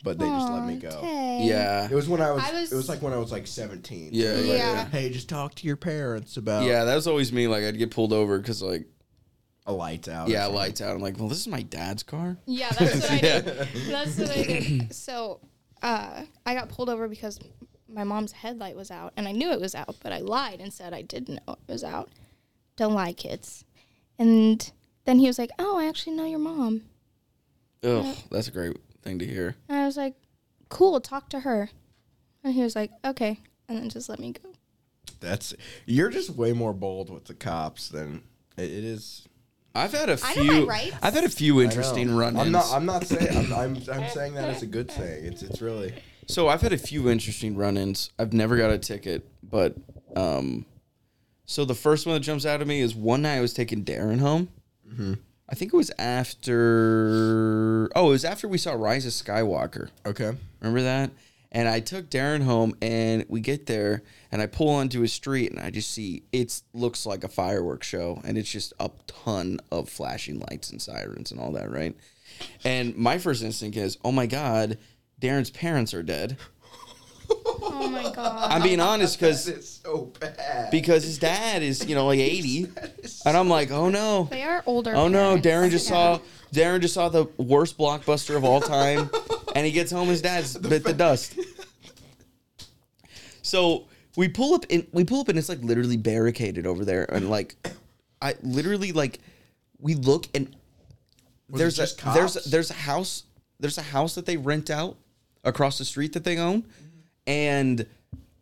Speaker 2: But they just let me go.
Speaker 1: yeah
Speaker 2: It was when I was,
Speaker 3: I was-
Speaker 2: It was like when I was like seventeen.
Speaker 1: Yeah,
Speaker 2: They were
Speaker 3: yeah,
Speaker 2: like,
Speaker 3: yeah.
Speaker 2: Hey, just talk to your parents about
Speaker 1: Yeah, that was always me. Like I'd get pulled over because like
Speaker 2: a lights out. or
Speaker 1: yeah,
Speaker 2: something.
Speaker 1: lights out. I'm like, well, this is my dad's car.
Speaker 3: Yeah, that's what I did. That's what I did. So uh, I got pulled over because my mom's headlight was out, and I knew it was out, but I lied and said I didn't know it was out. Don't lie, kids. And then he was like, "Oh, I actually know your mom."
Speaker 1: Ugh, that's a great thing to hear.
Speaker 3: And I was like, "Cool, talk to her." And he was like, "Okay," and then just let me go.
Speaker 2: That's you're just way more bold with the cops than it, it is.
Speaker 1: I've had a
Speaker 3: I know
Speaker 1: few.
Speaker 3: my rights.
Speaker 1: I've had a few
Speaker 2: I know.
Speaker 1: interesting run-ins.
Speaker 2: I'm not. I'm not saying. I'm, I'm. I'm saying that as a good thing. It's. It's really.
Speaker 1: So I've had a few interesting run-ins. I've never got a ticket, but um, so the first one that jumps out at me is one night I was taking Darren home.
Speaker 2: Mm-hmm.
Speaker 1: I think it was after. Oh, it was after we saw Rise of Skywalker.
Speaker 2: Okay.
Speaker 1: Remember that? And I took Darren home, and we get there, and I pull onto a street, and I just see it looks like a fireworks show, and it's just a ton of flashing lights and sirens and all that, right? And my first instinct is, oh my god, Darren's parents are dead.
Speaker 3: Oh my god!
Speaker 1: I'm being honest because
Speaker 2: It's so bad.
Speaker 1: because his dad is you know like 80, and I'm like, oh no,
Speaker 3: They are older.
Speaker 1: Oh no,
Speaker 3: parents.
Speaker 1: Darren just
Speaker 3: Yeah.
Speaker 1: saw Darren just saw the worst blockbuster of all time, and he gets home. His dad's bit the dust. So we pull up and we pull up, and it's like literally barricaded over there, and like I literally like we look and
Speaker 2: it
Speaker 1: there's
Speaker 2: just
Speaker 1: a, there's
Speaker 2: cops?
Speaker 1: a, there's a house there's a house that they rent out across the street that they own, and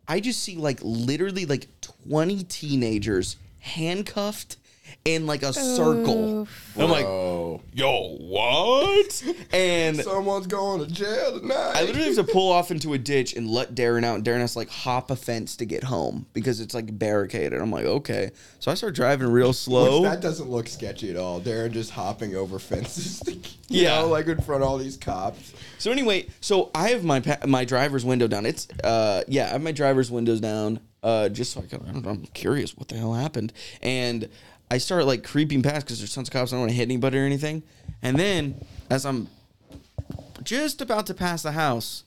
Speaker 1: I just see like literally like 20 teenagers handcuffed in like a circle.
Speaker 3: Oof.
Speaker 1: I'm like,
Speaker 2: Oh,
Speaker 1: yo, what? And
Speaker 2: someone's going to jail tonight.
Speaker 1: I literally have to pull off into a ditch and let Darren out. And Darren has to like hop a fence to get home because it's like barricaded. I'm like, okay. So I start driving real
Speaker 2: Which
Speaker 1: slow.
Speaker 2: that doesn't look sketchy at all. Darren just hopping over fences, to, you
Speaker 1: Yeah.
Speaker 2: know, like in front of all these cops.
Speaker 1: So anyway, so I have my pa- my driver's window down. It's uh yeah, I have my driver's windows down uh just so I can I don't know, I'm curious what the hell happened. And I start like creeping past cuz there's tons of cops. I don't want to hit anybody or anything. And then as I'm just about to pass the house,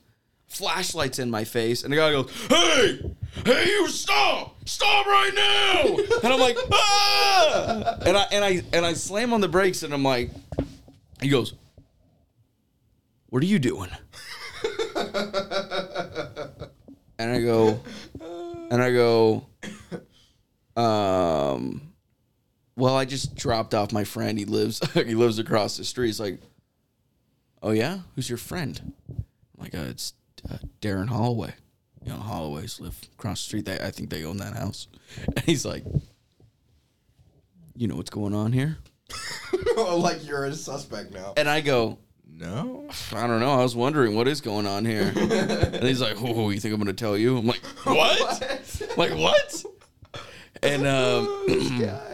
Speaker 1: flashlights in my face, and the guy goes, "Hey, hey, you stop, stop right now!" and I'm like, "Ah!" And I and I and I slam on the brakes, and I'm like, he goes, "What are you doing?" and I go, and I go, um. Well, I just dropped off my friend. He lives he lives across the street. He's like, Oh yeah, who's your friend? I'm like, uh, it's uh, Darren Holloway. You know, Holloways live across the street. They, I think they own that house. And he's like, you know what's going on here?
Speaker 2: like you're a suspect now.
Speaker 1: And I go,
Speaker 2: No.
Speaker 1: I don't know. I was wondering what is going on here. and he's like, oh, you think I'm gonna tell you? I'm like, what? like what? And um,
Speaker 2: Oh, this guy.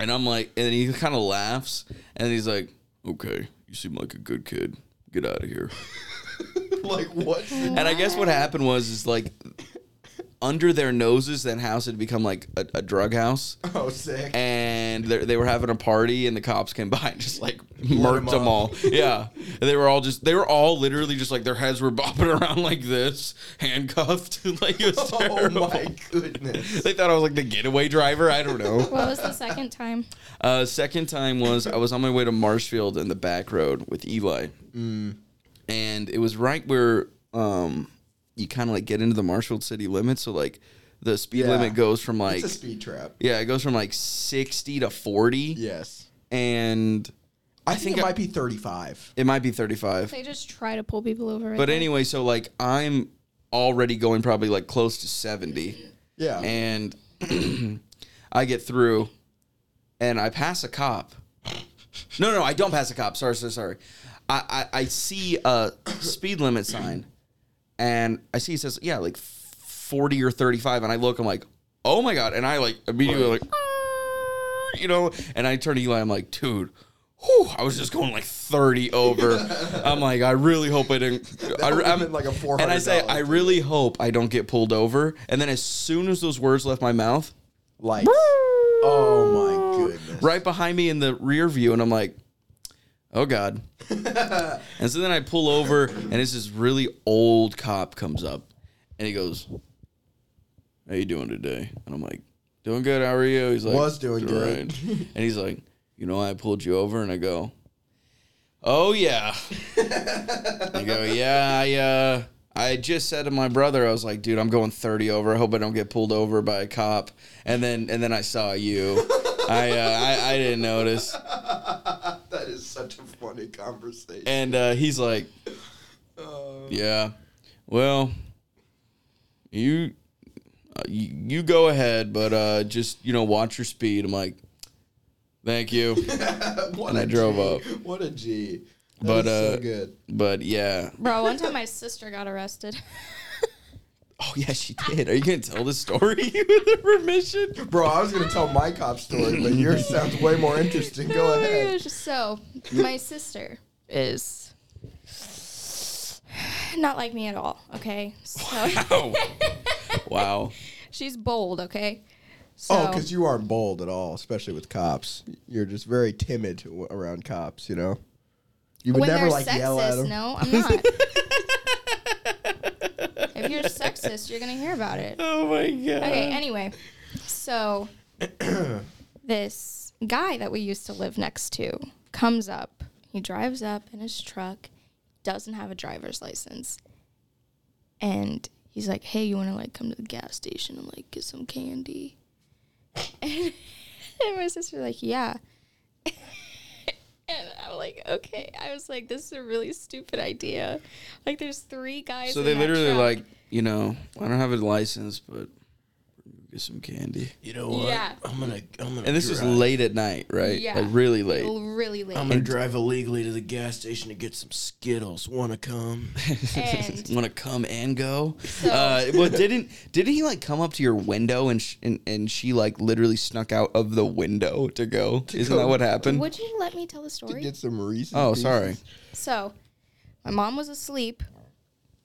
Speaker 1: And I'm like, and he kind of laughs, and he's like, "Okay, you seem like a good kid. Get out of here."
Speaker 2: Like what?
Speaker 1: and I guess what happened was, is like, under their noses, that house had become like a, a drug house,
Speaker 2: Oh, sick.
Speaker 1: and they they were having a party, and the cops came by and just like
Speaker 2: Lit 'em
Speaker 1: murked them
Speaker 2: up.
Speaker 1: all. Yeah, and they were all just, they were all literally just like their heads were bopping around like this, handcuffed. like it was
Speaker 2: Oh
Speaker 1: terrible.
Speaker 2: my goodness.
Speaker 1: They thought I was like the getaway driver. I don't know.
Speaker 3: What was the second time?
Speaker 1: Uh, second time was I was on my way to Marshfield in the back road with Eli, Mm. and it was right where um, you kind of like get into the Marshfield city limit. So like the speed
Speaker 2: Yeah.
Speaker 1: limit goes from like
Speaker 2: It's a speed trap.
Speaker 1: yeah, it goes from like sixty to forty,
Speaker 2: Yes.
Speaker 1: and
Speaker 2: I, think,
Speaker 1: think
Speaker 2: it
Speaker 1: I-
Speaker 2: might be 35.
Speaker 1: it might be thirty five.
Speaker 3: They just try to pull people over.
Speaker 1: But anyway, so like I'm already going probably like close to seventy.
Speaker 2: Yeah.
Speaker 1: and I get through, and I pass a cop. No, no, I don't pass a cop. Sorry, sorry, sorry. I, I, I see a speed limit sign, and I see it says yeah, like forty or thirty-five, and I look, I'm like, oh my god, and I like immediately like, "Ah," you know, and I turn to Eli, I'm like, dude. Whew, I was just going like 30 over. I'm like, I really hope I didn't. I,
Speaker 2: would've
Speaker 1: I'm
Speaker 2: been like a
Speaker 1: And I say, I
Speaker 2: $400
Speaker 1: really hope I don't get pulled over. And then as soon as those words left my mouth,
Speaker 2: Lights. oh my goodness.
Speaker 1: right behind me in the rear view, and I'm like, oh God. and so then I pull over, and it's this really old cop comes up, and he goes, how you doing today? And I'm like, doing good, how are you? He's like,
Speaker 2: Was doing
Speaker 1: "Doing
Speaker 2: good."
Speaker 1: alright." and he's like, you know, why I pulled you over, and I go, oh yeah. I go, yeah, I, uh, I just said to my brother, I was like, dude, I'm going 30 over. I hope I don't get pulled over by a cop. And then, and then I saw you. I, uh, I, I didn't notice.
Speaker 2: That is such a funny conversation.
Speaker 1: And uh, he's like,
Speaker 2: Oh.
Speaker 1: yeah, well, you, uh, you, you go ahead, but uh, just you know, watch your speed. I'm like, thank you.
Speaker 2: what
Speaker 1: and
Speaker 2: a
Speaker 1: I drove
Speaker 2: G. What a G. That
Speaker 1: But,
Speaker 2: is so
Speaker 1: uh,
Speaker 2: good.
Speaker 1: But yeah,
Speaker 3: bro, one time my sister got arrested.
Speaker 1: oh yeah, she did. Are you gonna tell the story with the remission?
Speaker 2: Bro, I was gonna tell my cop story, but yours sounds way more interesting. Go
Speaker 3: Oh my
Speaker 2: ahead.
Speaker 3: gosh. So, my sister is not like me at all, okay? So,
Speaker 1: Oh, wow.
Speaker 3: she's bold, okay? So,
Speaker 2: Oh, because you aren't bold at all, especially with cops. You're just very timid w- around cops. You know, you would
Speaker 3: when
Speaker 2: never
Speaker 3: they're
Speaker 2: like
Speaker 3: sexist,
Speaker 2: yell at them.
Speaker 3: no, I'm not. if you're sexist, you're going to hear about it.
Speaker 1: Oh my god.
Speaker 3: Okay, anyway. So this guy that we used to live next to comes up. He drives up in his truck, doesn't have a driver's license. And he's like, "Hey, you want to like come to the gas station and like get some candy?" And, and my sister's like, "Yeah." and I'm like, like, okay. I was like, this is a really stupid idea. Like, there's three guys.
Speaker 1: So
Speaker 3: in
Speaker 1: they
Speaker 3: that
Speaker 1: literally
Speaker 3: truck.
Speaker 1: like, you know, I don't have a license, but get some candy.
Speaker 2: You know
Speaker 3: what? Yeah.
Speaker 2: I'm gonna. I'm gonna.
Speaker 1: And this is late at night, right?
Speaker 3: Yeah.
Speaker 1: Like really late.
Speaker 3: really late.
Speaker 2: gonna drive illegally to the gas station to get some Skittles. Wanna come?
Speaker 3: And-
Speaker 1: Want to come and go?
Speaker 3: So-
Speaker 1: Uh, well, didn't didn't he like come up to your window and sh- and, and she like literally snuck out of the window to go? Isn't
Speaker 2: go.
Speaker 1: that what happened?
Speaker 3: Would you let me tell the
Speaker 2: to
Speaker 3: story?
Speaker 2: get some Reese's.
Speaker 1: oh,
Speaker 2: Pieces.
Speaker 1: sorry.
Speaker 3: So, my mom was asleep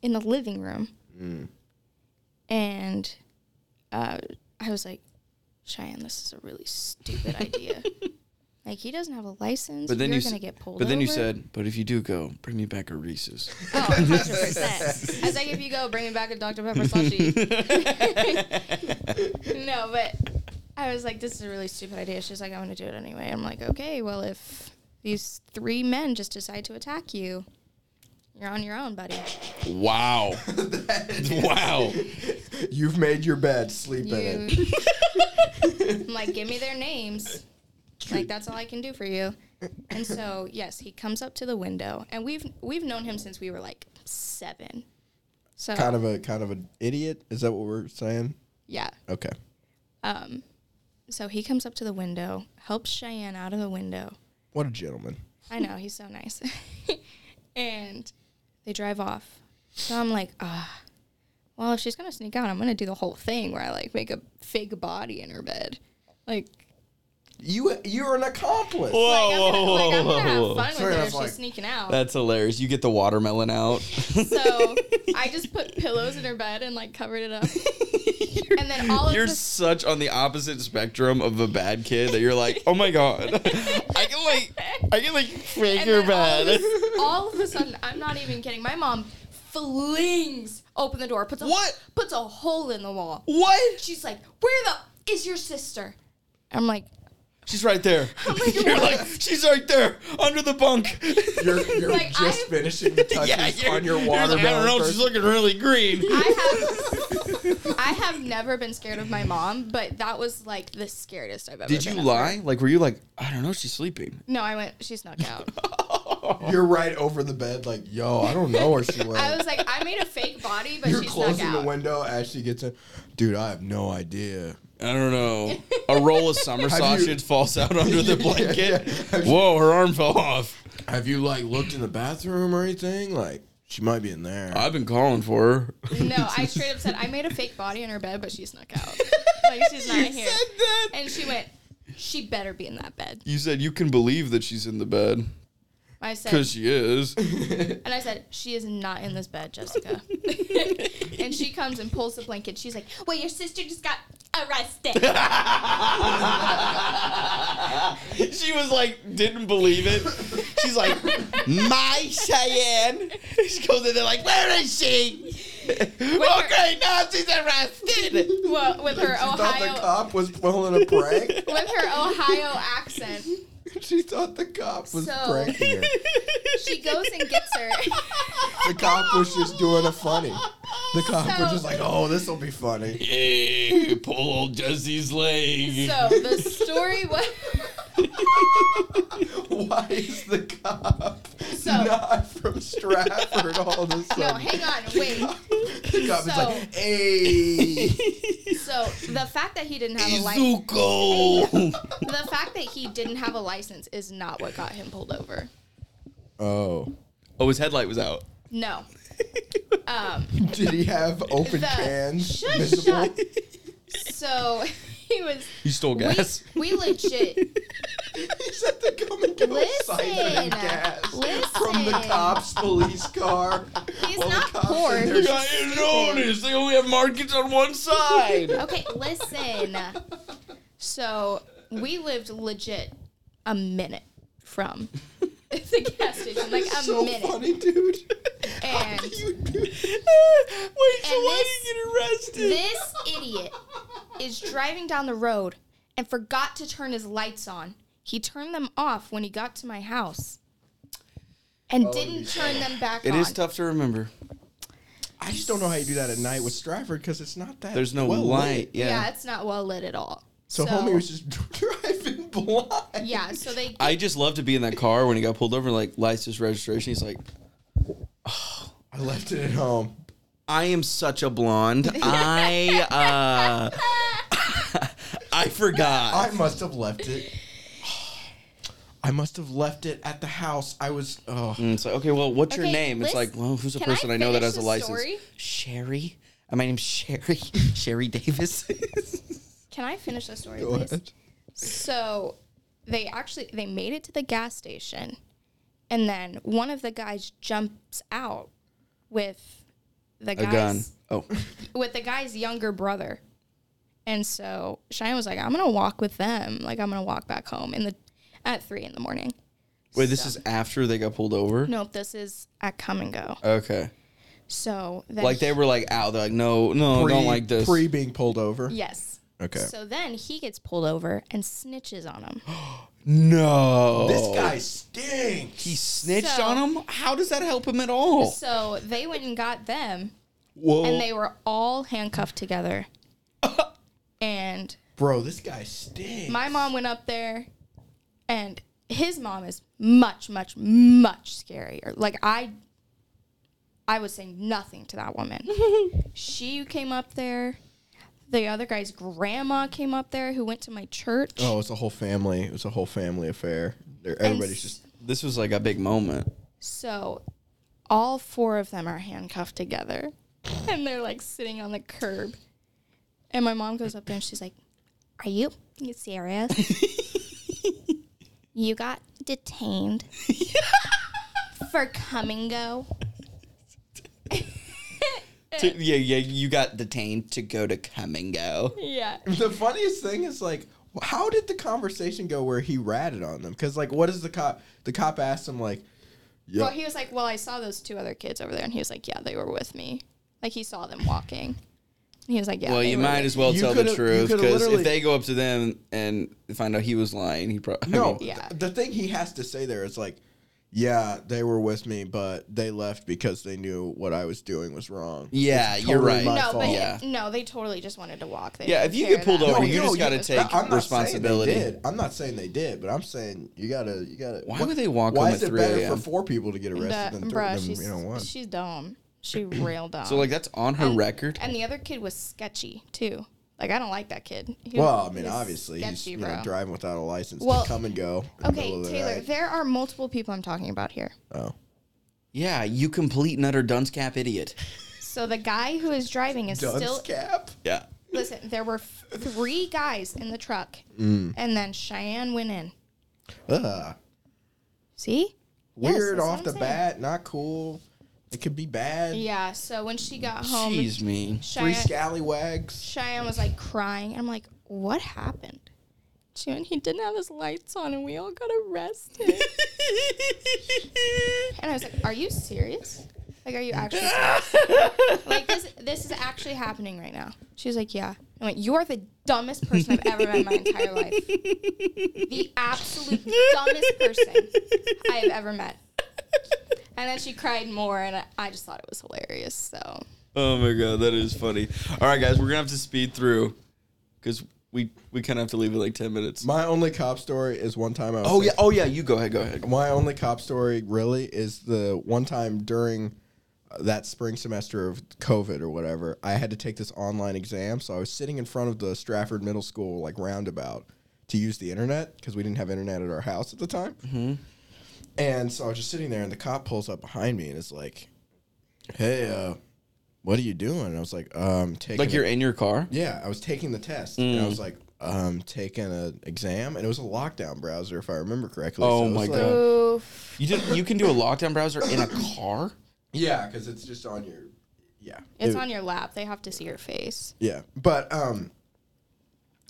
Speaker 3: in the living room,
Speaker 1: Mm.
Speaker 3: and uh, I was like, Cheyenne, this is a really stupid idea. Like he doesn't have a license.
Speaker 1: But then
Speaker 3: You're
Speaker 1: you
Speaker 3: gonna
Speaker 1: s-
Speaker 3: get pulled.
Speaker 1: But then you
Speaker 3: over.
Speaker 1: said, but if you do go, bring me back a Reese's.
Speaker 3: "Oh, 100 percent." I was like, "If you go, bring me back a Dr Pepper slushie." no, but I was like, "This is a really stupid idea." She's like, "I'm gonna do it anyway." I'm like, "Okay, well, if these three men just decide to attack you, you're on your own, buddy."
Speaker 1: wow, wow.
Speaker 2: You've made your bed. Sleep in it.
Speaker 3: You- I'm like, give me their names. Like that's all I can do for you. And so yes, he comes up to the window, and we've we've known him since we were like seven. So
Speaker 2: Kind of a kind of an idiot. Is that what we're saying?
Speaker 3: yeah.
Speaker 2: Okay.
Speaker 3: Um, so he comes up to the window, helps Cheyenne out of the window.
Speaker 2: What a gentleman.
Speaker 3: I know he's so nice, and they drive off. So I'm like, ah, well, if she's gonna sneak out, I'm gonna do the whole thing where I like make a fake body in her bed, like
Speaker 2: You you're an accomplice.
Speaker 1: Whoa,
Speaker 3: like, I'm gonna,
Speaker 1: whoa,
Speaker 3: like, I'm
Speaker 1: whoa,
Speaker 3: gonna have
Speaker 1: whoa, whoa.
Speaker 2: Fair
Speaker 3: fun with her
Speaker 2: enough,
Speaker 3: if
Speaker 2: like-
Speaker 3: she's sneaking out.
Speaker 1: That's hilarious. You get the watermelon out.
Speaker 3: so I just put pillows in her bed and like covered it up. and then all of
Speaker 1: You're
Speaker 3: the
Speaker 1: such on the opposite spectrum of a bad kid that you're like, oh my god, I can like, I can like fake
Speaker 3: and
Speaker 1: your
Speaker 3: then all of
Speaker 1: bed.
Speaker 3: a- All of a sudden, I'm not even kidding. My mom flings open the door, puts a,
Speaker 1: What?
Speaker 3: puts a hole in the wall.
Speaker 1: What?
Speaker 3: She's like, "Where the is your sister?" I'm like,
Speaker 1: She's right there.
Speaker 3: Oh my God.
Speaker 1: You're like, she's right there under the bunk.
Speaker 2: You're, you're
Speaker 3: Like,
Speaker 2: just
Speaker 3: I'm-
Speaker 2: finishing the touches
Speaker 1: you're-
Speaker 2: on your
Speaker 1: you're like,
Speaker 2: watermelon.
Speaker 1: I don't know.
Speaker 2: first.
Speaker 1: She's looking really green.
Speaker 3: "I have." I have never been scared of my mom, but that was like the scariest I've ever
Speaker 1: Did
Speaker 3: been.
Speaker 1: you
Speaker 3: of her.
Speaker 1: lie? Like, were you like, I don't know, she's sleeping.
Speaker 3: No, I went, she snuck out.
Speaker 2: You're right over the bed, like, yo, I don't know where she went.
Speaker 3: I was like, I made a fake body, but
Speaker 2: You're
Speaker 3: she snuck
Speaker 2: closing the
Speaker 3: out.
Speaker 2: window as she gets in. Dude, I have no idea.
Speaker 1: I don't know. A roll of summer
Speaker 2: Have you-
Speaker 1: sausage falls out under the
Speaker 2: Yeah, yeah.
Speaker 1: blanket.
Speaker 2: Have you-
Speaker 1: Whoa, her arm fell off.
Speaker 2: Have you like looked in the bathroom or anything? Like, she might be in there.
Speaker 1: I've been calling for her.
Speaker 3: No, I straight up said I made a fake body in her bed, but she snuck out. Like she's not here.
Speaker 1: that.
Speaker 3: And she went. She better be in that bed.
Speaker 1: You said you can believe that she's in the bed
Speaker 3: I said,
Speaker 1: because she is.
Speaker 3: and I said, she is not in this bed, Jessica. and she comes and pulls the blanket. She's like, well, your sister just got arrested.
Speaker 1: she was like, didn't believe it. She's like, my Cheyenne. She goes in there like, where is she? okay, now she's arrested.
Speaker 3: well, with her
Speaker 2: she thought the
Speaker 3: Ohio,
Speaker 2: cop was pulling a prank.
Speaker 3: with her Ohio accent,
Speaker 2: she thought the cop was
Speaker 3: So-
Speaker 2: pranking her.
Speaker 3: she goes and gets her.
Speaker 2: The cop was just doing a funny. The cop was
Speaker 3: So-
Speaker 2: just like, oh, this will be funny.
Speaker 1: Hey, pull old Jesse's leg.
Speaker 3: So the story was.
Speaker 2: Why is the cop
Speaker 3: So-
Speaker 2: not from Stratford all of a sudden?
Speaker 3: No, hang on, wait.
Speaker 2: The cop is like, "Eh." hey.
Speaker 3: So the fact that he didn't have a license,
Speaker 1: Izuko.
Speaker 3: the fact that he didn't have a license is not what got him pulled over.
Speaker 2: Oh.
Speaker 1: oh, his headlight was out.
Speaker 3: No. Um.
Speaker 2: Did he have open
Speaker 3: The-
Speaker 2: cans?
Speaker 3: Shut
Speaker 2: visible?
Speaker 3: shut. So he was.
Speaker 1: He stole
Speaker 3: We,
Speaker 1: gas.
Speaker 3: we legit.
Speaker 2: He said to come and give a siphon
Speaker 3: Listen.
Speaker 2: of gas from the
Speaker 3: Listen.
Speaker 2: cop's police car.
Speaker 3: He's
Speaker 2: Well, the
Speaker 3: not
Speaker 2: cops
Speaker 3: poor.
Speaker 2: in
Speaker 1: You
Speaker 2: there-
Speaker 3: He's
Speaker 1: got notice. They only have markets on one side.
Speaker 3: Okay, listen. So we lived legit a minute from the gas station, like a
Speaker 2: so
Speaker 3: minute,
Speaker 2: funny, dude.
Speaker 3: and
Speaker 2: You do-
Speaker 1: Wait, so
Speaker 3: And
Speaker 1: why
Speaker 3: this-
Speaker 1: did you get arrested?
Speaker 3: this idiot is driving down the road and forgot to turn his lights on. He turned them off when he got to my house and didn't turn them back
Speaker 1: Oh, It
Speaker 3: on.
Speaker 1: is tough to remember.
Speaker 2: I just don't know how you do that at night with Stratford because it's not that.
Speaker 1: There's no
Speaker 2: well
Speaker 1: light.
Speaker 2: lit.
Speaker 1: Yeah.
Speaker 3: Yeah. it's not well lit at all.
Speaker 2: So, homie was just driving blind.
Speaker 3: Yeah, so they get,
Speaker 1: I just love to be in that car when he got pulled over, like license registration. He's like,
Speaker 2: I left it at home.
Speaker 1: I am such a blonde. I uh I
Speaker 2: I
Speaker 1: forgot.
Speaker 2: must have left it. I must have left it at the house. I was. Oh,
Speaker 1: And Mm, it's like, okay, well, what's your
Speaker 3: Okay,
Speaker 1: name? It's
Speaker 3: Liz,
Speaker 1: like, well, who's the
Speaker 3: can I
Speaker 1: person I, know that
Speaker 3: finish
Speaker 1: has a
Speaker 3: the
Speaker 1: license?
Speaker 3: story?
Speaker 1: Sherry. Uh, My name's Sherry. Sherry Davis.
Speaker 3: can I finish the story, please? So they actually they made it to the gas station, and then one of the guys jumps out with the
Speaker 1: a
Speaker 3: guy's
Speaker 1: gun. Oh.
Speaker 3: with the guy's younger brother. And so Cheyenne was like, I'm gonna walk with them. Like I'm gonna walk back home in the at three in the morning.
Speaker 1: Wait, this
Speaker 3: So-
Speaker 1: is after they got pulled over?
Speaker 3: Nope, this is at come and go.
Speaker 1: Okay.
Speaker 3: So then
Speaker 1: Like they were like out. They're like, no, no, I don't like this.
Speaker 2: Pre being pulled over.
Speaker 3: Yes.
Speaker 2: Okay.
Speaker 3: So then he gets pulled over and snitches on him.
Speaker 1: no.
Speaker 2: This guy stinks.
Speaker 1: He snitched
Speaker 3: So-
Speaker 1: on him? um, How does that help him at all?
Speaker 3: So they went and got them
Speaker 1: Whoa.
Speaker 3: and they were all handcuffed together. and
Speaker 2: Bro, this guy stinks.
Speaker 3: my mom went up there and his mom is much much much scarier like i i would say nothing to that woman she came up there the other guy's grandma came up there who went to my church
Speaker 2: oh, it's a whole family. It was a whole family affair. They're-
Speaker 3: And
Speaker 2: Everybody's
Speaker 3: s-
Speaker 2: just.
Speaker 1: this was like a big moment.
Speaker 3: so all four of them are handcuffed together and they're like sitting on the curb and my mom goes up there and she's like are you you serious you got detained for come and go Eh.
Speaker 1: To- yeah, yeah, you got detained to go to come and go.
Speaker 3: yeah
Speaker 2: The funniest thing is like, how did the conversation go where he ratted on them? Because like, what is the cop? The cop asked him like, "Yeah,
Speaker 3: well he was like well i saw those two other kids over there and he was like yeah they were with me like he saw them walking and he was like yeah
Speaker 1: Well,
Speaker 3: they
Speaker 1: you
Speaker 3: were
Speaker 1: might
Speaker 3: with
Speaker 1: as well
Speaker 2: You
Speaker 1: tell the
Speaker 2: coulda- you
Speaker 1: truth
Speaker 2: coulda
Speaker 1: because
Speaker 2: literally-
Speaker 1: if they go up to them and find out he was lying, he probably
Speaker 2: No,
Speaker 3: mean- Yeah.
Speaker 2: oh, th- the thing he has to say there is like, yeah, they were with me, but they left because they knew what I was doing was wrong.
Speaker 1: yeah,
Speaker 2: It's
Speaker 1: you're right.
Speaker 2: totally my
Speaker 3: no, but
Speaker 2: fault.
Speaker 1: Yeah.
Speaker 3: no, they totally just wanted to walk. They
Speaker 1: Yeah,
Speaker 3: didn't
Speaker 1: if you
Speaker 3: care
Speaker 1: get pulled
Speaker 3: that
Speaker 1: over,
Speaker 3: much.
Speaker 1: you just gotta take
Speaker 2: Oh, I'm not saying they
Speaker 1: responsibility.
Speaker 2: did. I'm not saying they did, but I'm saying you gotta, you gotta.
Speaker 1: Why
Speaker 2: what-
Speaker 1: would they walk
Speaker 2: Why
Speaker 1: home
Speaker 2: is
Speaker 1: at
Speaker 2: it
Speaker 1: 3
Speaker 2: better
Speaker 1: a.m.?
Speaker 2: for four people to get
Speaker 3: That-
Speaker 2: arrested than three
Speaker 3: bruh,
Speaker 2: of them?
Speaker 3: she's,
Speaker 2: You know what?
Speaker 3: she's dumb. She real dumb.
Speaker 1: So like that's on her
Speaker 3: And-
Speaker 1: record.
Speaker 3: And the other kid was sketchy too. Like I don't like that kid. He-
Speaker 2: Well, I mean,
Speaker 3: he's
Speaker 2: obviously he's
Speaker 3: sketchy,
Speaker 2: you know,
Speaker 3: bro.
Speaker 2: driving without a license
Speaker 3: Well,
Speaker 2: to come and go. in the middle
Speaker 3: Okay,
Speaker 2: of the
Speaker 3: Taylor,
Speaker 2: night.
Speaker 3: there are multiple people I'm talking about here.
Speaker 2: Oh,
Speaker 1: yeah, you complete and utter dunce cap idiot.
Speaker 3: So the guy who is driving is
Speaker 2: dunce
Speaker 3: still
Speaker 2: cap.
Speaker 1: Yeah.
Speaker 3: Listen, there were f- three guys in the truck.
Speaker 2: Mm.
Speaker 3: And then Cheyenne went in.
Speaker 2: Ugh.
Speaker 3: See? Yes,
Speaker 2: Weird
Speaker 3: that's what
Speaker 2: off
Speaker 3: I'm
Speaker 2: the
Speaker 3: saying.
Speaker 2: bat, not cool. It could be bad.
Speaker 3: Yeah, so when she got home,
Speaker 1: Jeez, me.
Speaker 2: Three
Speaker 3: Cheyenne,
Speaker 2: scallywags.
Speaker 3: Cheyenne was like crying. I'm like, what happened? She went, he didn't have his lights on and we all got arrested. and I was like, are you serious? Like, are you actually serious? like, this, this is actually happening right now. She was like, yeah. I went, you are the dumbest person I've ever met in my entire life. The absolute dumbest person I have ever met. And then she cried more, and I- I just thought it was hilarious. So,
Speaker 1: Oh my god, that is funny. All right, guys, we're gonna have to speed through because we we kind of have to leave in like ten minutes.
Speaker 2: My only cop story is one time I was.
Speaker 1: Oh yeah,
Speaker 2: like-
Speaker 1: oh yeah. You go ahead, go ahead.
Speaker 2: My only cop story really is the one time during uh, that spring semester of COVID or whatever, I had to take this online exam. So I was sitting in front of the Stratford Middle School like roundabout to use the internet because we didn't have internet at our house at the time. And so I was just sitting there, and the cop pulls up behind me and is like, "Hey, uh, what are you doing?" And I was like, "Um, taking
Speaker 1: Like
Speaker 2: a-
Speaker 1: you're in your car.
Speaker 2: yeah, I was taking the test, and
Speaker 1: Mm.
Speaker 2: I was like, um, taking an exam, and it was a lockdown browser, if I remember correctly.
Speaker 1: Oh
Speaker 2: it was
Speaker 1: my
Speaker 2: like-
Speaker 1: God.
Speaker 3: oof.
Speaker 1: You did, you can do a lockdown browser in a car.
Speaker 2: Yeah, because it's just on your. Yeah.
Speaker 3: It's
Speaker 2: It-
Speaker 3: on your lap. They have to see your face.
Speaker 2: Yeah, but um.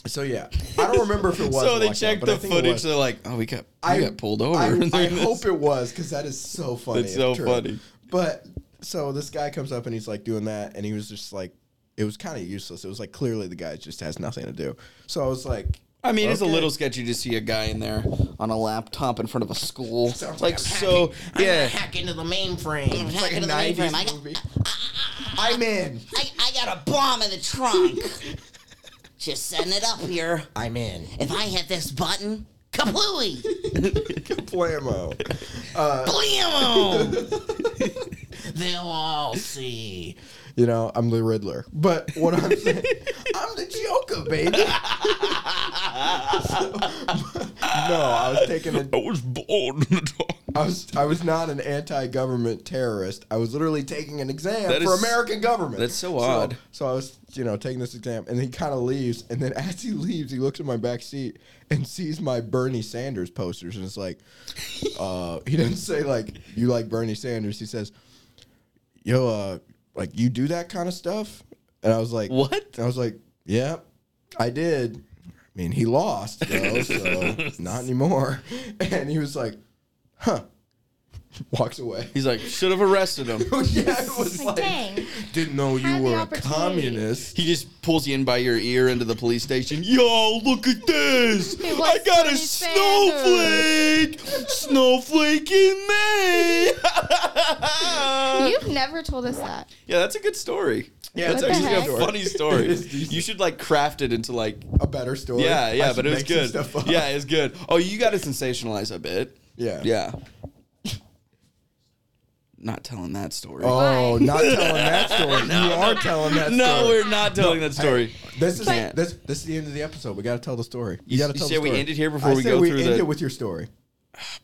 Speaker 2: So yeah, I don't remember if it was.
Speaker 1: So they
Speaker 2: lockdown,
Speaker 1: checked
Speaker 2: but I
Speaker 1: the
Speaker 2: think it
Speaker 1: footage.
Speaker 2: was.
Speaker 1: They're like, "Oh, we got we got pulled over."
Speaker 2: I,
Speaker 1: during
Speaker 2: I
Speaker 1: this.
Speaker 2: hope it was because that is so funny.
Speaker 1: That's so
Speaker 2: true.
Speaker 1: funny.
Speaker 2: But so this guy comes up and he's like doing that, and he was just like, it was kind of useless. It was like clearly the guy just has nothing to do. So I was like,
Speaker 1: I mean, it's a
Speaker 2: Okay.
Speaker 1: little sketchy to see a guy in there on a laptop in front of a school.
Speaker 2: Sounds
Speaker 1: like
Speaker 2: like I'm
Speaker 1: so, yeah.
Speaker 4: hack into the mainframe.
Speaker 2: it's like a
Speaker 4: Mm, Hack into the
Speaker 2: nineties
Speaker 4: mainframe. I got,
Speaker 2: movie. I'm in.
Speaker 4: I, I got a bomb in the trunk. Just setting it up here. I'm in. If I hit this button, Kaplooey!
Speaker 2: Blammo.
Speaker 4: Blammo! Uh. They'll all see.
Speaker 2: You know, I'm the Riddler. But what I'm saying, I'm the Joker, baby. So- no, I was taking a,
Speaker 1: was born in the dark.
Speaker 2: I was I was not an anti-government terrorist. I was literally taking an exam
Speaker 1: That
Speaker 2: for
Speaker 1: is-
Speaker 2: American government.
Speaker 1: that's so odd.
Speaker 2: So I was, you know, taking this exam, and he kind of leaves, and then as he leaves, he looks at my back seat and sees my Bernie Sanders posters, and it's like, uh, he doesn't say like you like Bernie Sanders. He says, "Yo, uh, like you do that kind of stuff," and I was like,
Speaker 1: What?
Speaker 2: I was like, "Yeah, I did." I mean, he lost though, so not anymore. And he was like, "Huh," walks away.
Speaker 1: He's like, should have arrested him.
Speaker 2: yeah, it was
Speaker 3: Like, dang.
Speaker 2: didn't know you
Speaker 3: Had the
Speaker 2: were a
Speaker 3: opportunity.
Speaker 2: communist.
Speaker 1: He just pulls you in by your ear into the police station. Yo, look at this!
Speaker 3: It
Speaker 1: I
Speaker 3: was
Speaker 1: got a
Speaker 3: Bernie
Speaker 1: snowflake! snowflake in May!
Speaker 3: You've never told us that.
Speaker 1: yeah, that's a good story.
Speaker 2: Yeah,
Speaker 1: that's
Speaker 3: What the
Speaker 1: actually a
Speaker 3: heck?
Speaker 1: funny story.
Speaker 2: It is decent.
Speaker 1: you should like craft it into like
Speaker 2: A better story.
Speaker 1: yeah,
Speaker 2: I
Speaker 1: yeah,
Speaker 2: should
Speaker 1: but it was
Speaker 2: make some
Speaker 1: good.
Speaker 2: stuff up.
Speaker 1: Yeah, it was good. Oh, you got to sensationalize a bit.
Speaker 2: Yeah.
Speaker 1: Yeah. Not telling that story.
Speaker 2: Oh,
Speaker 3: Why?
Speaker 2: not telling that story. you are telling that
Speaker 1: no,
Speaker 2: story.
Speaker 1: we're not telling that story.
Speaker 2: This is
Speaker 1: But-
Speaker 2: this this is the end of the episode. We got to tell the story.
Speaker 1: You-
Speaker 2: You, got to
Speaker 1: you
Speaker 2: tell
Speaker 1: say
Speaker 2: the
Speaker 1: we
Speaker 2: story.
Speaker 1: end it here before
Speaker 2: I
Speaker 1: we
Speaker 2: say
Speaker 1: go
Speaker 2: we
Speaker 1: through
Speaker 2: end
Speaker 1: the-
Speaker 2: it with your story.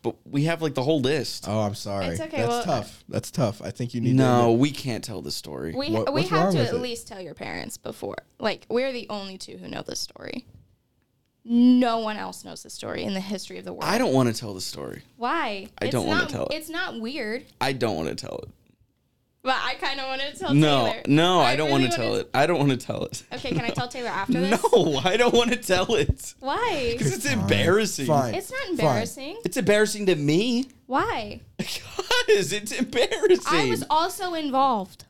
Speaker 1: But we have like the whole list.
Speaker 2: Oh, I'm sorry.
Speaker 3: It's okay,
Speaker 2: That's
Speaker 3: well-
Speaker 2: tough. That's tough. I think you need to
Speaker 1: no,
Speaker 2: end
Speaker 1: we can't tell the story.
Speaker 3: We
Speaker 2: What-
Speaker 3: we
Speaker 2: what's wrong
Speaker 3: have to
Speaker 2: with
Speaker 3: at
Speaker 2: it?
Speaker 3: least tell your parents before. Like we're the only two who know this story. No one else knows this story in the history of the world.
Speaker 1: I don't want to tell the story.
Speaker 3: Why?
Speaker 1: I don't wanna
Speaker 3: not-
Speaker 1: tell it.
Speaker 3: It's not weird,
Speaker 1: I don't want to tell it.
Speaker 3: but I kind of want to tell
Speaker 1: no,
Speaker 3: Taylor.
Speaker 1: no, I, don't
Speaker 3: really
Speaker 1: want to tell
Speaker 3: wanna-
Speaker 1: it. I don't want to tell it.
Speaker 3: Okay, can I tell Taylor after this?
Speaker 1: No, I don't want to tell it.
Speaker 3: Why?
Speaker 1: Because it's
Speaker 2: Fine.
Speaker 1: embarrassing.
Speaker 2: Fine.
Speaker 3: It's not embarrassing.
Speaker 1: It's embarrassing to me.
Speaker 3: Why?
Speaker 1: Because it's embarrassing.
Speaker 3: I was also involved.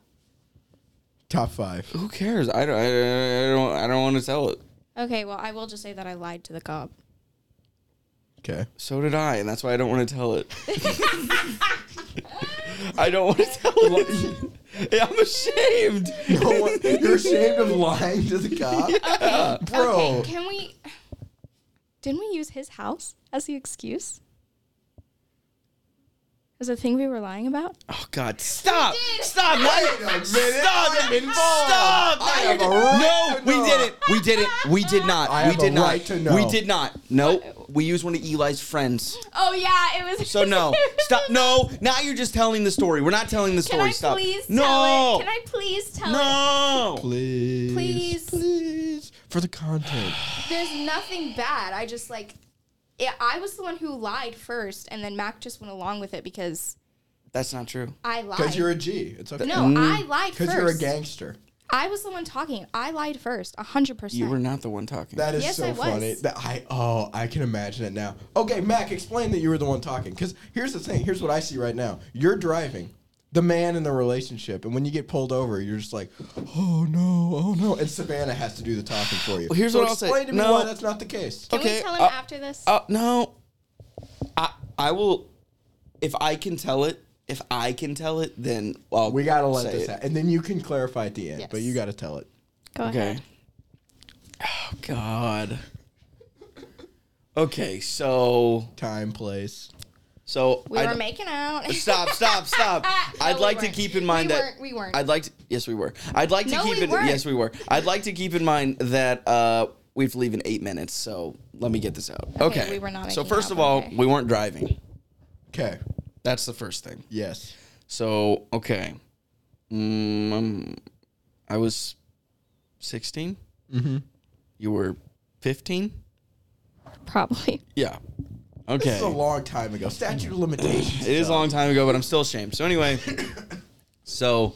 Speaker 2: it. Top five.
Speaker 1: Who cares? I don't. I, I don't. I don't want to tell it.
Speaker 3: Okay, well, I will just say that I lied to the cop.
Speaker 2: Okay.
Speaker 1: So did I, and that's why I don't want to tell it. I don't want to tell it. Yeah, I'm ashamed.
Speaker 2: No one- You're ashamed of lying to the cop,
Speaker 3: Okay,
Speaker 2: bro.
Speaker 3: okay, can we? Didn't we use his house as the excuse? As a thing we were lying about?
Speaker 1: Oh God! Stop! Stop! Wait
Speaker 2: minute,
Speaker 1: Stop!
Speaker 2: I'm involved.
Speaker 1: Stop!
Speaker 2: I have a
Speaker 1: no,
Speaker 2: right to
Speaker 1: we
Speaker 2: know.
Speaker 1: didn't. We didn't. We did not.
Speaker 2: I have
Speaker 1: we did
Speaker 2: a
Speaker 1: not.
Speaker 2: right to know.
Speaker 1: We did not. No, we used one of Eli's friends.
Speaker 3: Oh yeah, it was.
Speaker 1: So no. Stop. No. Now you're just telling the story. We're not telling the
Speaker 3: Can
Speaker 1: story.
Speaker 3: I
Speaker 1: Stop.
Speaker 3: please
Speaker 1: no.
Speaker 3: tell it? Can I please tell it?
Speaker 1: no.
Speaker 2: please.
Speaker 3: Please.
Speaker 2: Please. For the content.
Speaker 3: There's nothing bad. I just like, yeah, I was the one who lied first, and then Mac just went along with it because
Speaker 1: That's not true.
Speaker 3: I lied.
Speaker 2: Because you're a G. It's okay.
Speaker 3: no, I
Speaker 1: Mm.
Speaker 3: lied
Speaker 2: Because
Speaker 3: first.
Speaker 2: you're a gangster.
Speaker 3: I was the one talking. I lied first, hundred percent.
Speaker 1: You were not the one talking.
Speaker 2: That is
Speaker 3: Yes,
Speaker 2: so
Speaker 3: I was.
Speaker 2: funny. That I oh, I can imagine it now. Okay, Mac, explain that you were the one talking. Because here's the thing. Here's what I see right now. You're driving. The man in the relationship, and when you get pulled over, you're just like, "Oh no, oh no!" And Savannah has to do the talking for you.
Speaker 1: here's
Speaker 2: so
Speaker 1: what I'll say.
Speaker 2: explain to me
Speaker 1: No.
Speaker 2: why that's not the case.
Speaker 3: Can
Speaker 1: Okay,
Speaker 3: we tell him
Speaker 1: uh,
Speaker 3: after this?
Speaker 1: Uh, no. I I will. If I can tell it, if I can tell it, then well,
Speaker 2: We gotta let
Speaker 1: say
Speaker 2: this
Speaker 1: it.
Speaker 2: out, and then you can clarify at the end. But
Speaker 3: Yes.
Speaker 2: you gotta tell it.
Speaker 3: Go
Speaker 1: Okay. Oh God. Okay, so
Speaker 2: Time, place.
Speaker 1: so
Speaker 3: We
Speaker 1: I
Speaker 3: were
Speaker 1: d-
Speaker 3: making out.
Speaker 1: stop, stop, stop.
Speaker 3: No,
Speaker 1: I'd
Speaker 3: we
Speaker 1: like
Speaker 3: weren't.
Speaker 1: to keep in mind
Speaker 3: We
Speaker 1: that
Speaker 3: weren't, we weren't.
Speaker 1: I'd like to. Yes, we were. I'd like to
Speaker 3: No,
Speaker 1: keep
Speaker 3: we
Speaker 1: in.
Speaker 3: weren't.
Speaker 1: Yes, we were. I'd like to keep in mind that uh, we have to leave in eight minutes. So let me get this out. Okay.
Speaker 3: Okay, we were not
Speaker 1: So
Speaker 3: making
Speaker 1: first
Speaker 3: out,
Speaker 1: of
Speaker 3: but
Speaker 1: all,
Speaker 3: okay.
Speaker 1: we weren't driving.
Speaker 2: Okay.
Speaker 1: That's the first thing.
Speaker 2: Yes.
Speaker 1: So okay, mm, um, I was 16 Mm-hmm. You were fifteen.
Speaker 3: Probably.
Speaker 1: Yeah.
Speaker 2: This
Speaker 1: Okay.
Speaker 2: is a long time ago. Statute of limitations.
Speaker 1: It is a long time ago, but I'm still ashamed. So anyway, so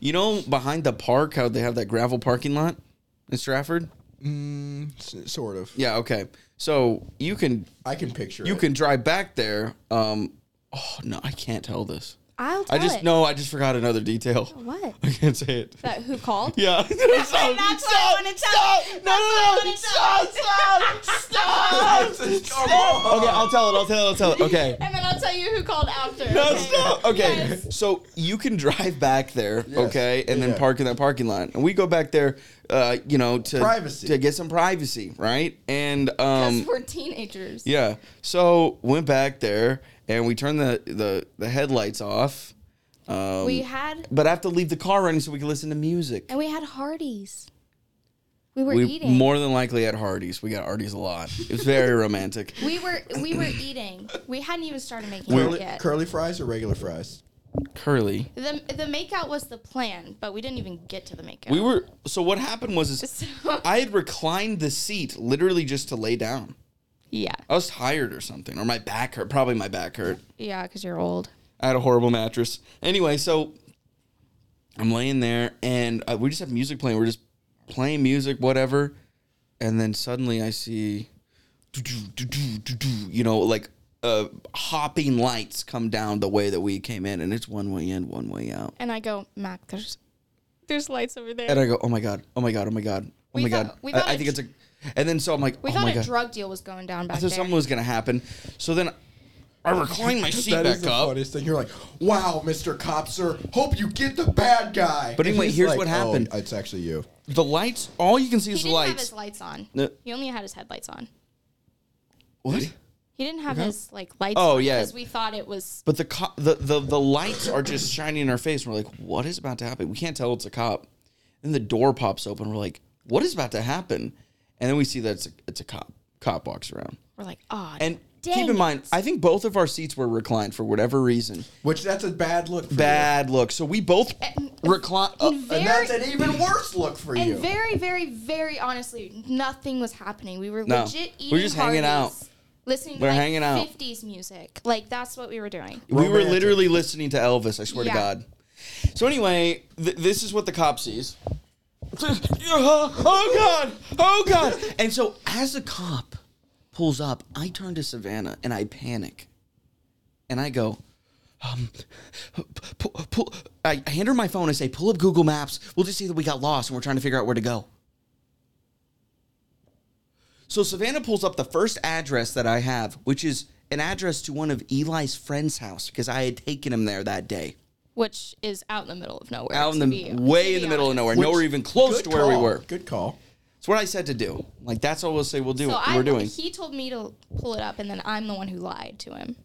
Speaker 1: you know behind the park how they have that gravel parking lot in Stratford?
Speaker 2: Mm, s- sort of.
Speaker 1: Yeah, okay. So you can
Speaker 2: I can picture
Speaker 1: you
Speaker 2: it.
Speaker 1: can drive back there. Um oh no, I can't tell this.
Speaker 3: I'll
Speaker 1: I
Speaker 3: tell
Speaker 1: just
Speaker 3: it.
Speaker 1: no, I just forgot another detail.
Speaker 3: What?
Speaker 1: I can't say it.
Speaker 3: That who called?
Speaker 1: Yeah. Stop,
Speaker 3: That's what
Speaker 1: stop,
Speaker 3: I wanna tell.
Speaker 1: stop. No, no, no.
Speaker 3: That's what I
Speaker 1: Stop,
Speaker 3: wanna
Speaker 1: stop, stop.
Speaker 2: Come on.
Speaker 1: Okay, I'll tell it. I'll tell it. I'll tell it. Okay.
Speaker 3: And then I'll tell you who called after.
Speaker 1: No,
Speaker 3: okay?
Speaker 1: stop. Okay.
Speaker 3: Yes.
Speaker 1: So you can drive back there,
Speaker 2: Yes.
Speaker 1: okay, and then
Speaker 2: Yeah.
Speaker 1: park in that parking lot. And we go back there, uh, you know, to
Speaker 2: Privacy.
Speaker 1: to get some privacy, right? And
Speaker 3: 'Cause
Speaker 1: um,
Speaker 3: we're teenagers.
Speaker 1: yeah. So went back there and we turned the the, the headlights off. Um,
Speaker 3: We had
Speaker 1: but I have to leave the car running so we can listen to music.
Speaker 3: and we had Hardee's. We were
Speaker 1: we
Speaker 3: eating.
Speaker 1: more than likely at Hardee's. We got Hardee's a lot. It's very romantic.
Speaker 3: we were we were eating. We hadn't even started making out
Speaker 2: Curly,
Speaker 3: yet.
Speaker 2: curly fries or regular fries?
Speaker 1: Curly.
Speaker 3: the the makeout was the plan, but we didn't even get to the makeout.
Speaker 1: We were so what happened was is
Speaker 3: so,
Speaker 1: I had reclined the seat literally just to lay down.
Speaker 3: yeah,
Speaker 1: I was tired or something, or my back hurt. Probably my back hurt.
Speaker 3: yeah, because you're old.
Speaker 1: I had a horrible mattress. Anyway, so I'm laying there, and uh, we just have music playing. We're just playing music, whatever. And then suddenly I see, you know, like uh, hopping lights come down the way that we came in, and it's one way in, one way out.
Speaker 3: And I go, Mac, there's there's lights over there.
Speaker 1: And I go, oh my god, oh my god, oh my god, oh
Speaker 3: We
Speaker 1: my
Speaker 3: thought-
Speaker 1: god.
Speaker 3: we
Speaker 1: I,
Speaker 3: thought
Speaker 1: I
Speaker 3: it-
Speaker 1: think it's a. And then so I'm like,
Speaker 3: we
Speaker 1: oh
Speaker 3: thought
Speaker 1: my
Speaker 3: a
Speaker 1: god.
Speaker 3: drug deal was going down back
Speaker 1: so
Speaker 3: there.
Speaker 1: something was gonna happen. So then I recline my seat
Speaker 2: That
Speaker 1: back
Speaker 2: is the
Speaker 1: up.
Speaker 2: funniest thing. You're like, wow, Mr. Cop, sir. Hope you get the bad guy.
Speaker 1: But
Speaker 2: And
Speaker 1: anyway,
Speaker 2: he's
Speaker 1: here's what happened.
Speaker 2: Oh, it's actually you.
Speaker 1: The lights, all you can see
Speaker 3: he
Speaker 1: is the
Speaker 3: didn't have
Speaker 1: lights.
Speaker 3: his lights on.
Speaker 1: No.
Speaker 3: He only had his headlights on.
Speaker 1: What?
Speaker 3: He didn't have his like lights.
Speaker 1: Oh,
Speaker 3: on
Speaker 1: yeah.
Speaker 3: because we thought it was.
Speaker 1: But the, co- the the the lights are just shining in our face, and we're like, "What is about to happen?" We can't tell it's a cop. Then the door pops open. We're like, "What is about to happen?" And then we see that it's a, it's a cop. Cop walks around.
Speaker 3: We're like, oh,
Speaker 1: And
Speaker 3: dang
Speaker 1: keep in
Speaker 3: it."
Speaker 1: mind, I think both of our seats were reclined for whatever reason.
Speaker 2: Which that's a bad look for
Speaker 1: Bad look. So we both
Speaker 3: And-
Speaker 1: recline.
Speaker 3: And
Speaker 1: Uh,
Speaker 2: you. And
Speaker 3: very-
Speaker 2: that's an even worse look for
Speaker 3: And
Speaker 2: you.
Speaker 3: very, very, very honestly, nothing was happening. We were
Speaker 1: No.
Speaker 3: legit
Speaker 1: We
Speaker 3: eating.
Speaker 1: were just hanging
Speaker 3: Hardee's, Listening
Speaker 1: We're
Speaker 3: to like
Speaker 1: hanging out.
Speaker 3: 50s music. Like, that's what we were doing.
Speaker 1: we were
Speaker 2: Romantic.
Speaker 1: literally listening to Elvis. I swear
Speaker 3: Yeah.
Speaker 1: to God. So anyway, th- this is what the cop sees. oh God! Oh God! And so as the cop pulls up, I turn to Savannah and I panic, and I go, um, pull, pull. I I hand her my phone and say, "Pull up Google Maps. We'll just see that we got lost and we're trying to figure out where to go." So Savannah pulls up the first address that I have, which is an address to one of Eli's friend's house because I had taken him there that day.
Speaker 3: Which is out in the middle of nowhere.
Speaker 1: Out in
Speaker 3: to
Speaker 1: the
Speaker 3: be-
Speaker 1: way
Speaker 3: to
Speaker 1: in
Speaker 3: be
Speaker 1: the middle of
Speaker 3: honest.
Speaker 1: nowhere,
Speaker 2: Which-
Speaker 1: nowhere even close to
Speaker 2: Good
Speaker 1: where we
Speaker 2: call.
Speaker 1: were.
Speaker 2: Good call.
Speaker 1: It's what I said to do. Like that's all we'll say we'll do.
Speaker 3: So
Speaker 1: we're
Speaker 3: I,
Speaker 1: doing.
Speaker 3: He told me to pull it up, and then I'm the one who lied to him.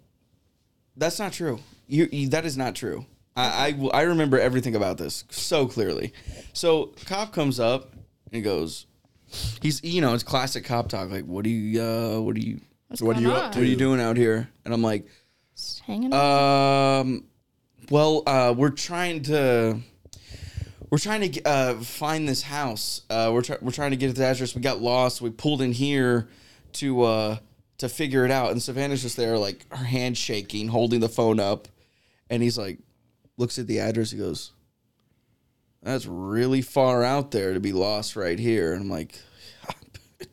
Speaker 1: That's not true. You, you that is not true. I, I I remember everything about this so clearly. So cop comes up and goes, he's you know it's classic cop talk. Like what do you uh what do you
Speaker 3: What's
Speaker 2: What are
Speaker 3: going
Speaker 2: you up
Speaker 3: on?
Speaker 1: what are you doing out here? And I'm like,
Speaker 3: Just hanging
Speaker 1: uh,
Speaker 3: out.
Speaker 1: Um, well, uh, we're trying to we're trying to uh, find this house. Uh, we're try- we're trying to get to the address. We got lost. We pulled in here to uh, to figure it out. And Savannah's just there, like her hand shaking, holding the phone up, and he's like, looks at the address. He goes, "That's really far out there to be lost right here." And I'm like. "Ah,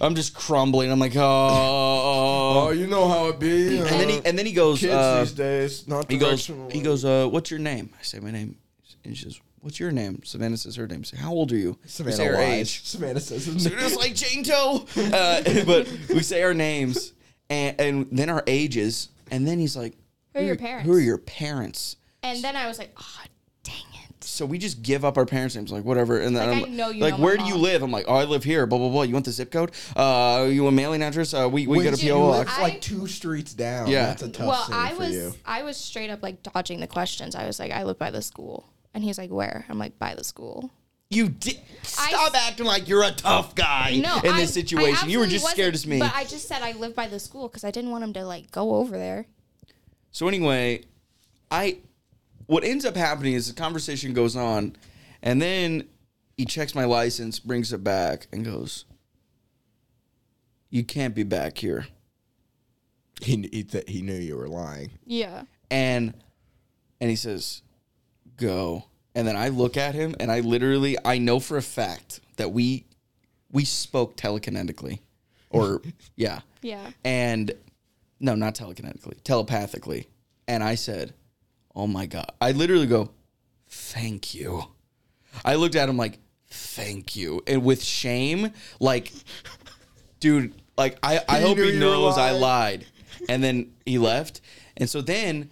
Speaker 1: I'm just crumbling. I'm like, oh,
Speaker 2: Oh, you know how it be.
Speaker 1: and then he and then he goes.
Speaker 2: kids
Speaker 1: uh,
Speaker 2: these days, not
Speaker 1: he goes.
Speaker 2: directional.
Speaker 1: He goes. Uh, what's your name? I say my name. And she says, "What's your name?" Savannah says her name. I say, how old are you? We
Speaker 2: Savannah
Speaker 1: say
Speaker 2: lies. Savannah says his
Speaker 1: Dude, it's like Jane Doe. Uh, but we say our names and, and then our ages. And then he's like,
Speaker 3: Who are your
Speaker 1: Who are
Speaker 3: parents?"
Speaker 1: your parents?"
Speaker 3: and then I was like, oh, dang it.
Speaker 1: So we just give up our parents' names, like whatever. And then
Speaker 3: Like,
Speaker 1: I'm
Speaker 3: I know you
Speaker 1: like,
Speaker 3: know my
Speaker 1: "Where do you
Speaker 3: mom."
Speaker 1: live?" I'm like, "Oh, I live here." Blah blah blah. You want the zip code? Uh, you want mailing address? Uh, we we
Speaker 2: Wait,
Speaker 1: got a
Speaker 2: you
Speaker 1: PO
Speaker 2: live
Speaker 1: box.
Speaker 3: I-
Speaker 2: like two streets down.
Speaker 1: Yeah.
Speaker 2: That's a tough
Speaker 3: Well,
Speaker 2: scene
Speaker 3: I
Speaker 2: for
Speaker 3: was
Speaker 2: you.
Speaker 3: I was straight up like dodging the questions. I was like, I live by the school, and he's like, where? I'm like, by the school.
Speaker 1: You did
Speaker 3: I-
Speaker 1: stop acting like you're a tough guy
Speaker 3: No,
Speaker 1: in
Speaker 3: I-
Speaker 1: this situation.
Speaker 3: I
Speaker 1: You were
Speaker 3: absolutely
Speaker 1: just
Speaker 3: wasn't,
Speaker 1: scared as me.
Speaker 3: But I just said I live by the school because I didn't want him to like go over there.
Speaker 1: So anyway, I what ends up happening is the conversation goes on, and then he checks my license, brings it back, and goes, "You can't be back here."
Speaker 2: He kn- he, th- he knew you were lying.
Speaker 3: Yeah.
Speaker 1: And and he says, "Go." And then I look at him, and I literally I know for a fact that we we spoke telekinetically, or yeah,
Speaker 3: Yeah.
Speaker 1: and no, not telekinetically, telepathically. And I said, "Oh my god!" I literally go, "Thank you." I looked at him like, "Thank you," and with shame, like, dude, like I, I
Speaker 2: He
Speaker 1: hope
Speaker 2: knew
Speaker 1: he
Speaker 2: you were
Speaker 1: knows I
Speaker 2: lying.
Speaker 1: lied. and then he left. And so then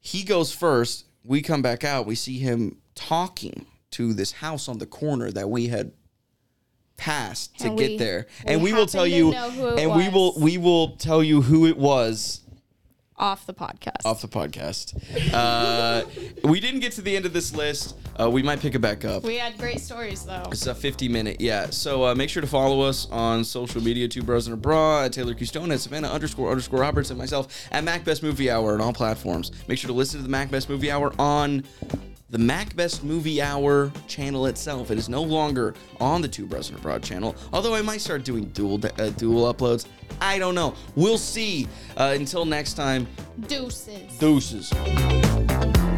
Speaker 1: he goes first. We come back out. We see him talking to this house on the corner that we had passed to
Speaker 3: And
Speaker 1: get
Speaker 3: we-
Speaker 1: there.
Speaker 3: we
Speaker 1: and we will
Speaker 3: happen
Speaker 1: tell
Speaker 3: to
Speaker 1: you.
Speaker 3: know who it
Speaker 1: and we will
Speaker 3: was.
Speaker 1: we will tell you who it was
Speaker 3: off the podcast.
Speaker 1: off the podcast. Uh, we didn't get to the end of this list. Uh, we might pick it back up.
Speaker 3: we had great stories though.
Speaker 1: It's a 50 minute, yeah. So uh, make sure to follow us on social media, Two Bros and a Bra, at Taylor Custone, at Savannah underscore underscore Roberts, and myself at Mac Best Movie Hour on all platforms. Make sure to listen to the Mac Best Movie Hour on the Mac Best Movie Hour channel itself. It is no longer on the Two Bros and a Bra channel, although I might start doing dual uh, dual uploads. I don't know. We'll see. Uh, until next time,
Speaker 3: Deuces.
Speaker 1: deuces.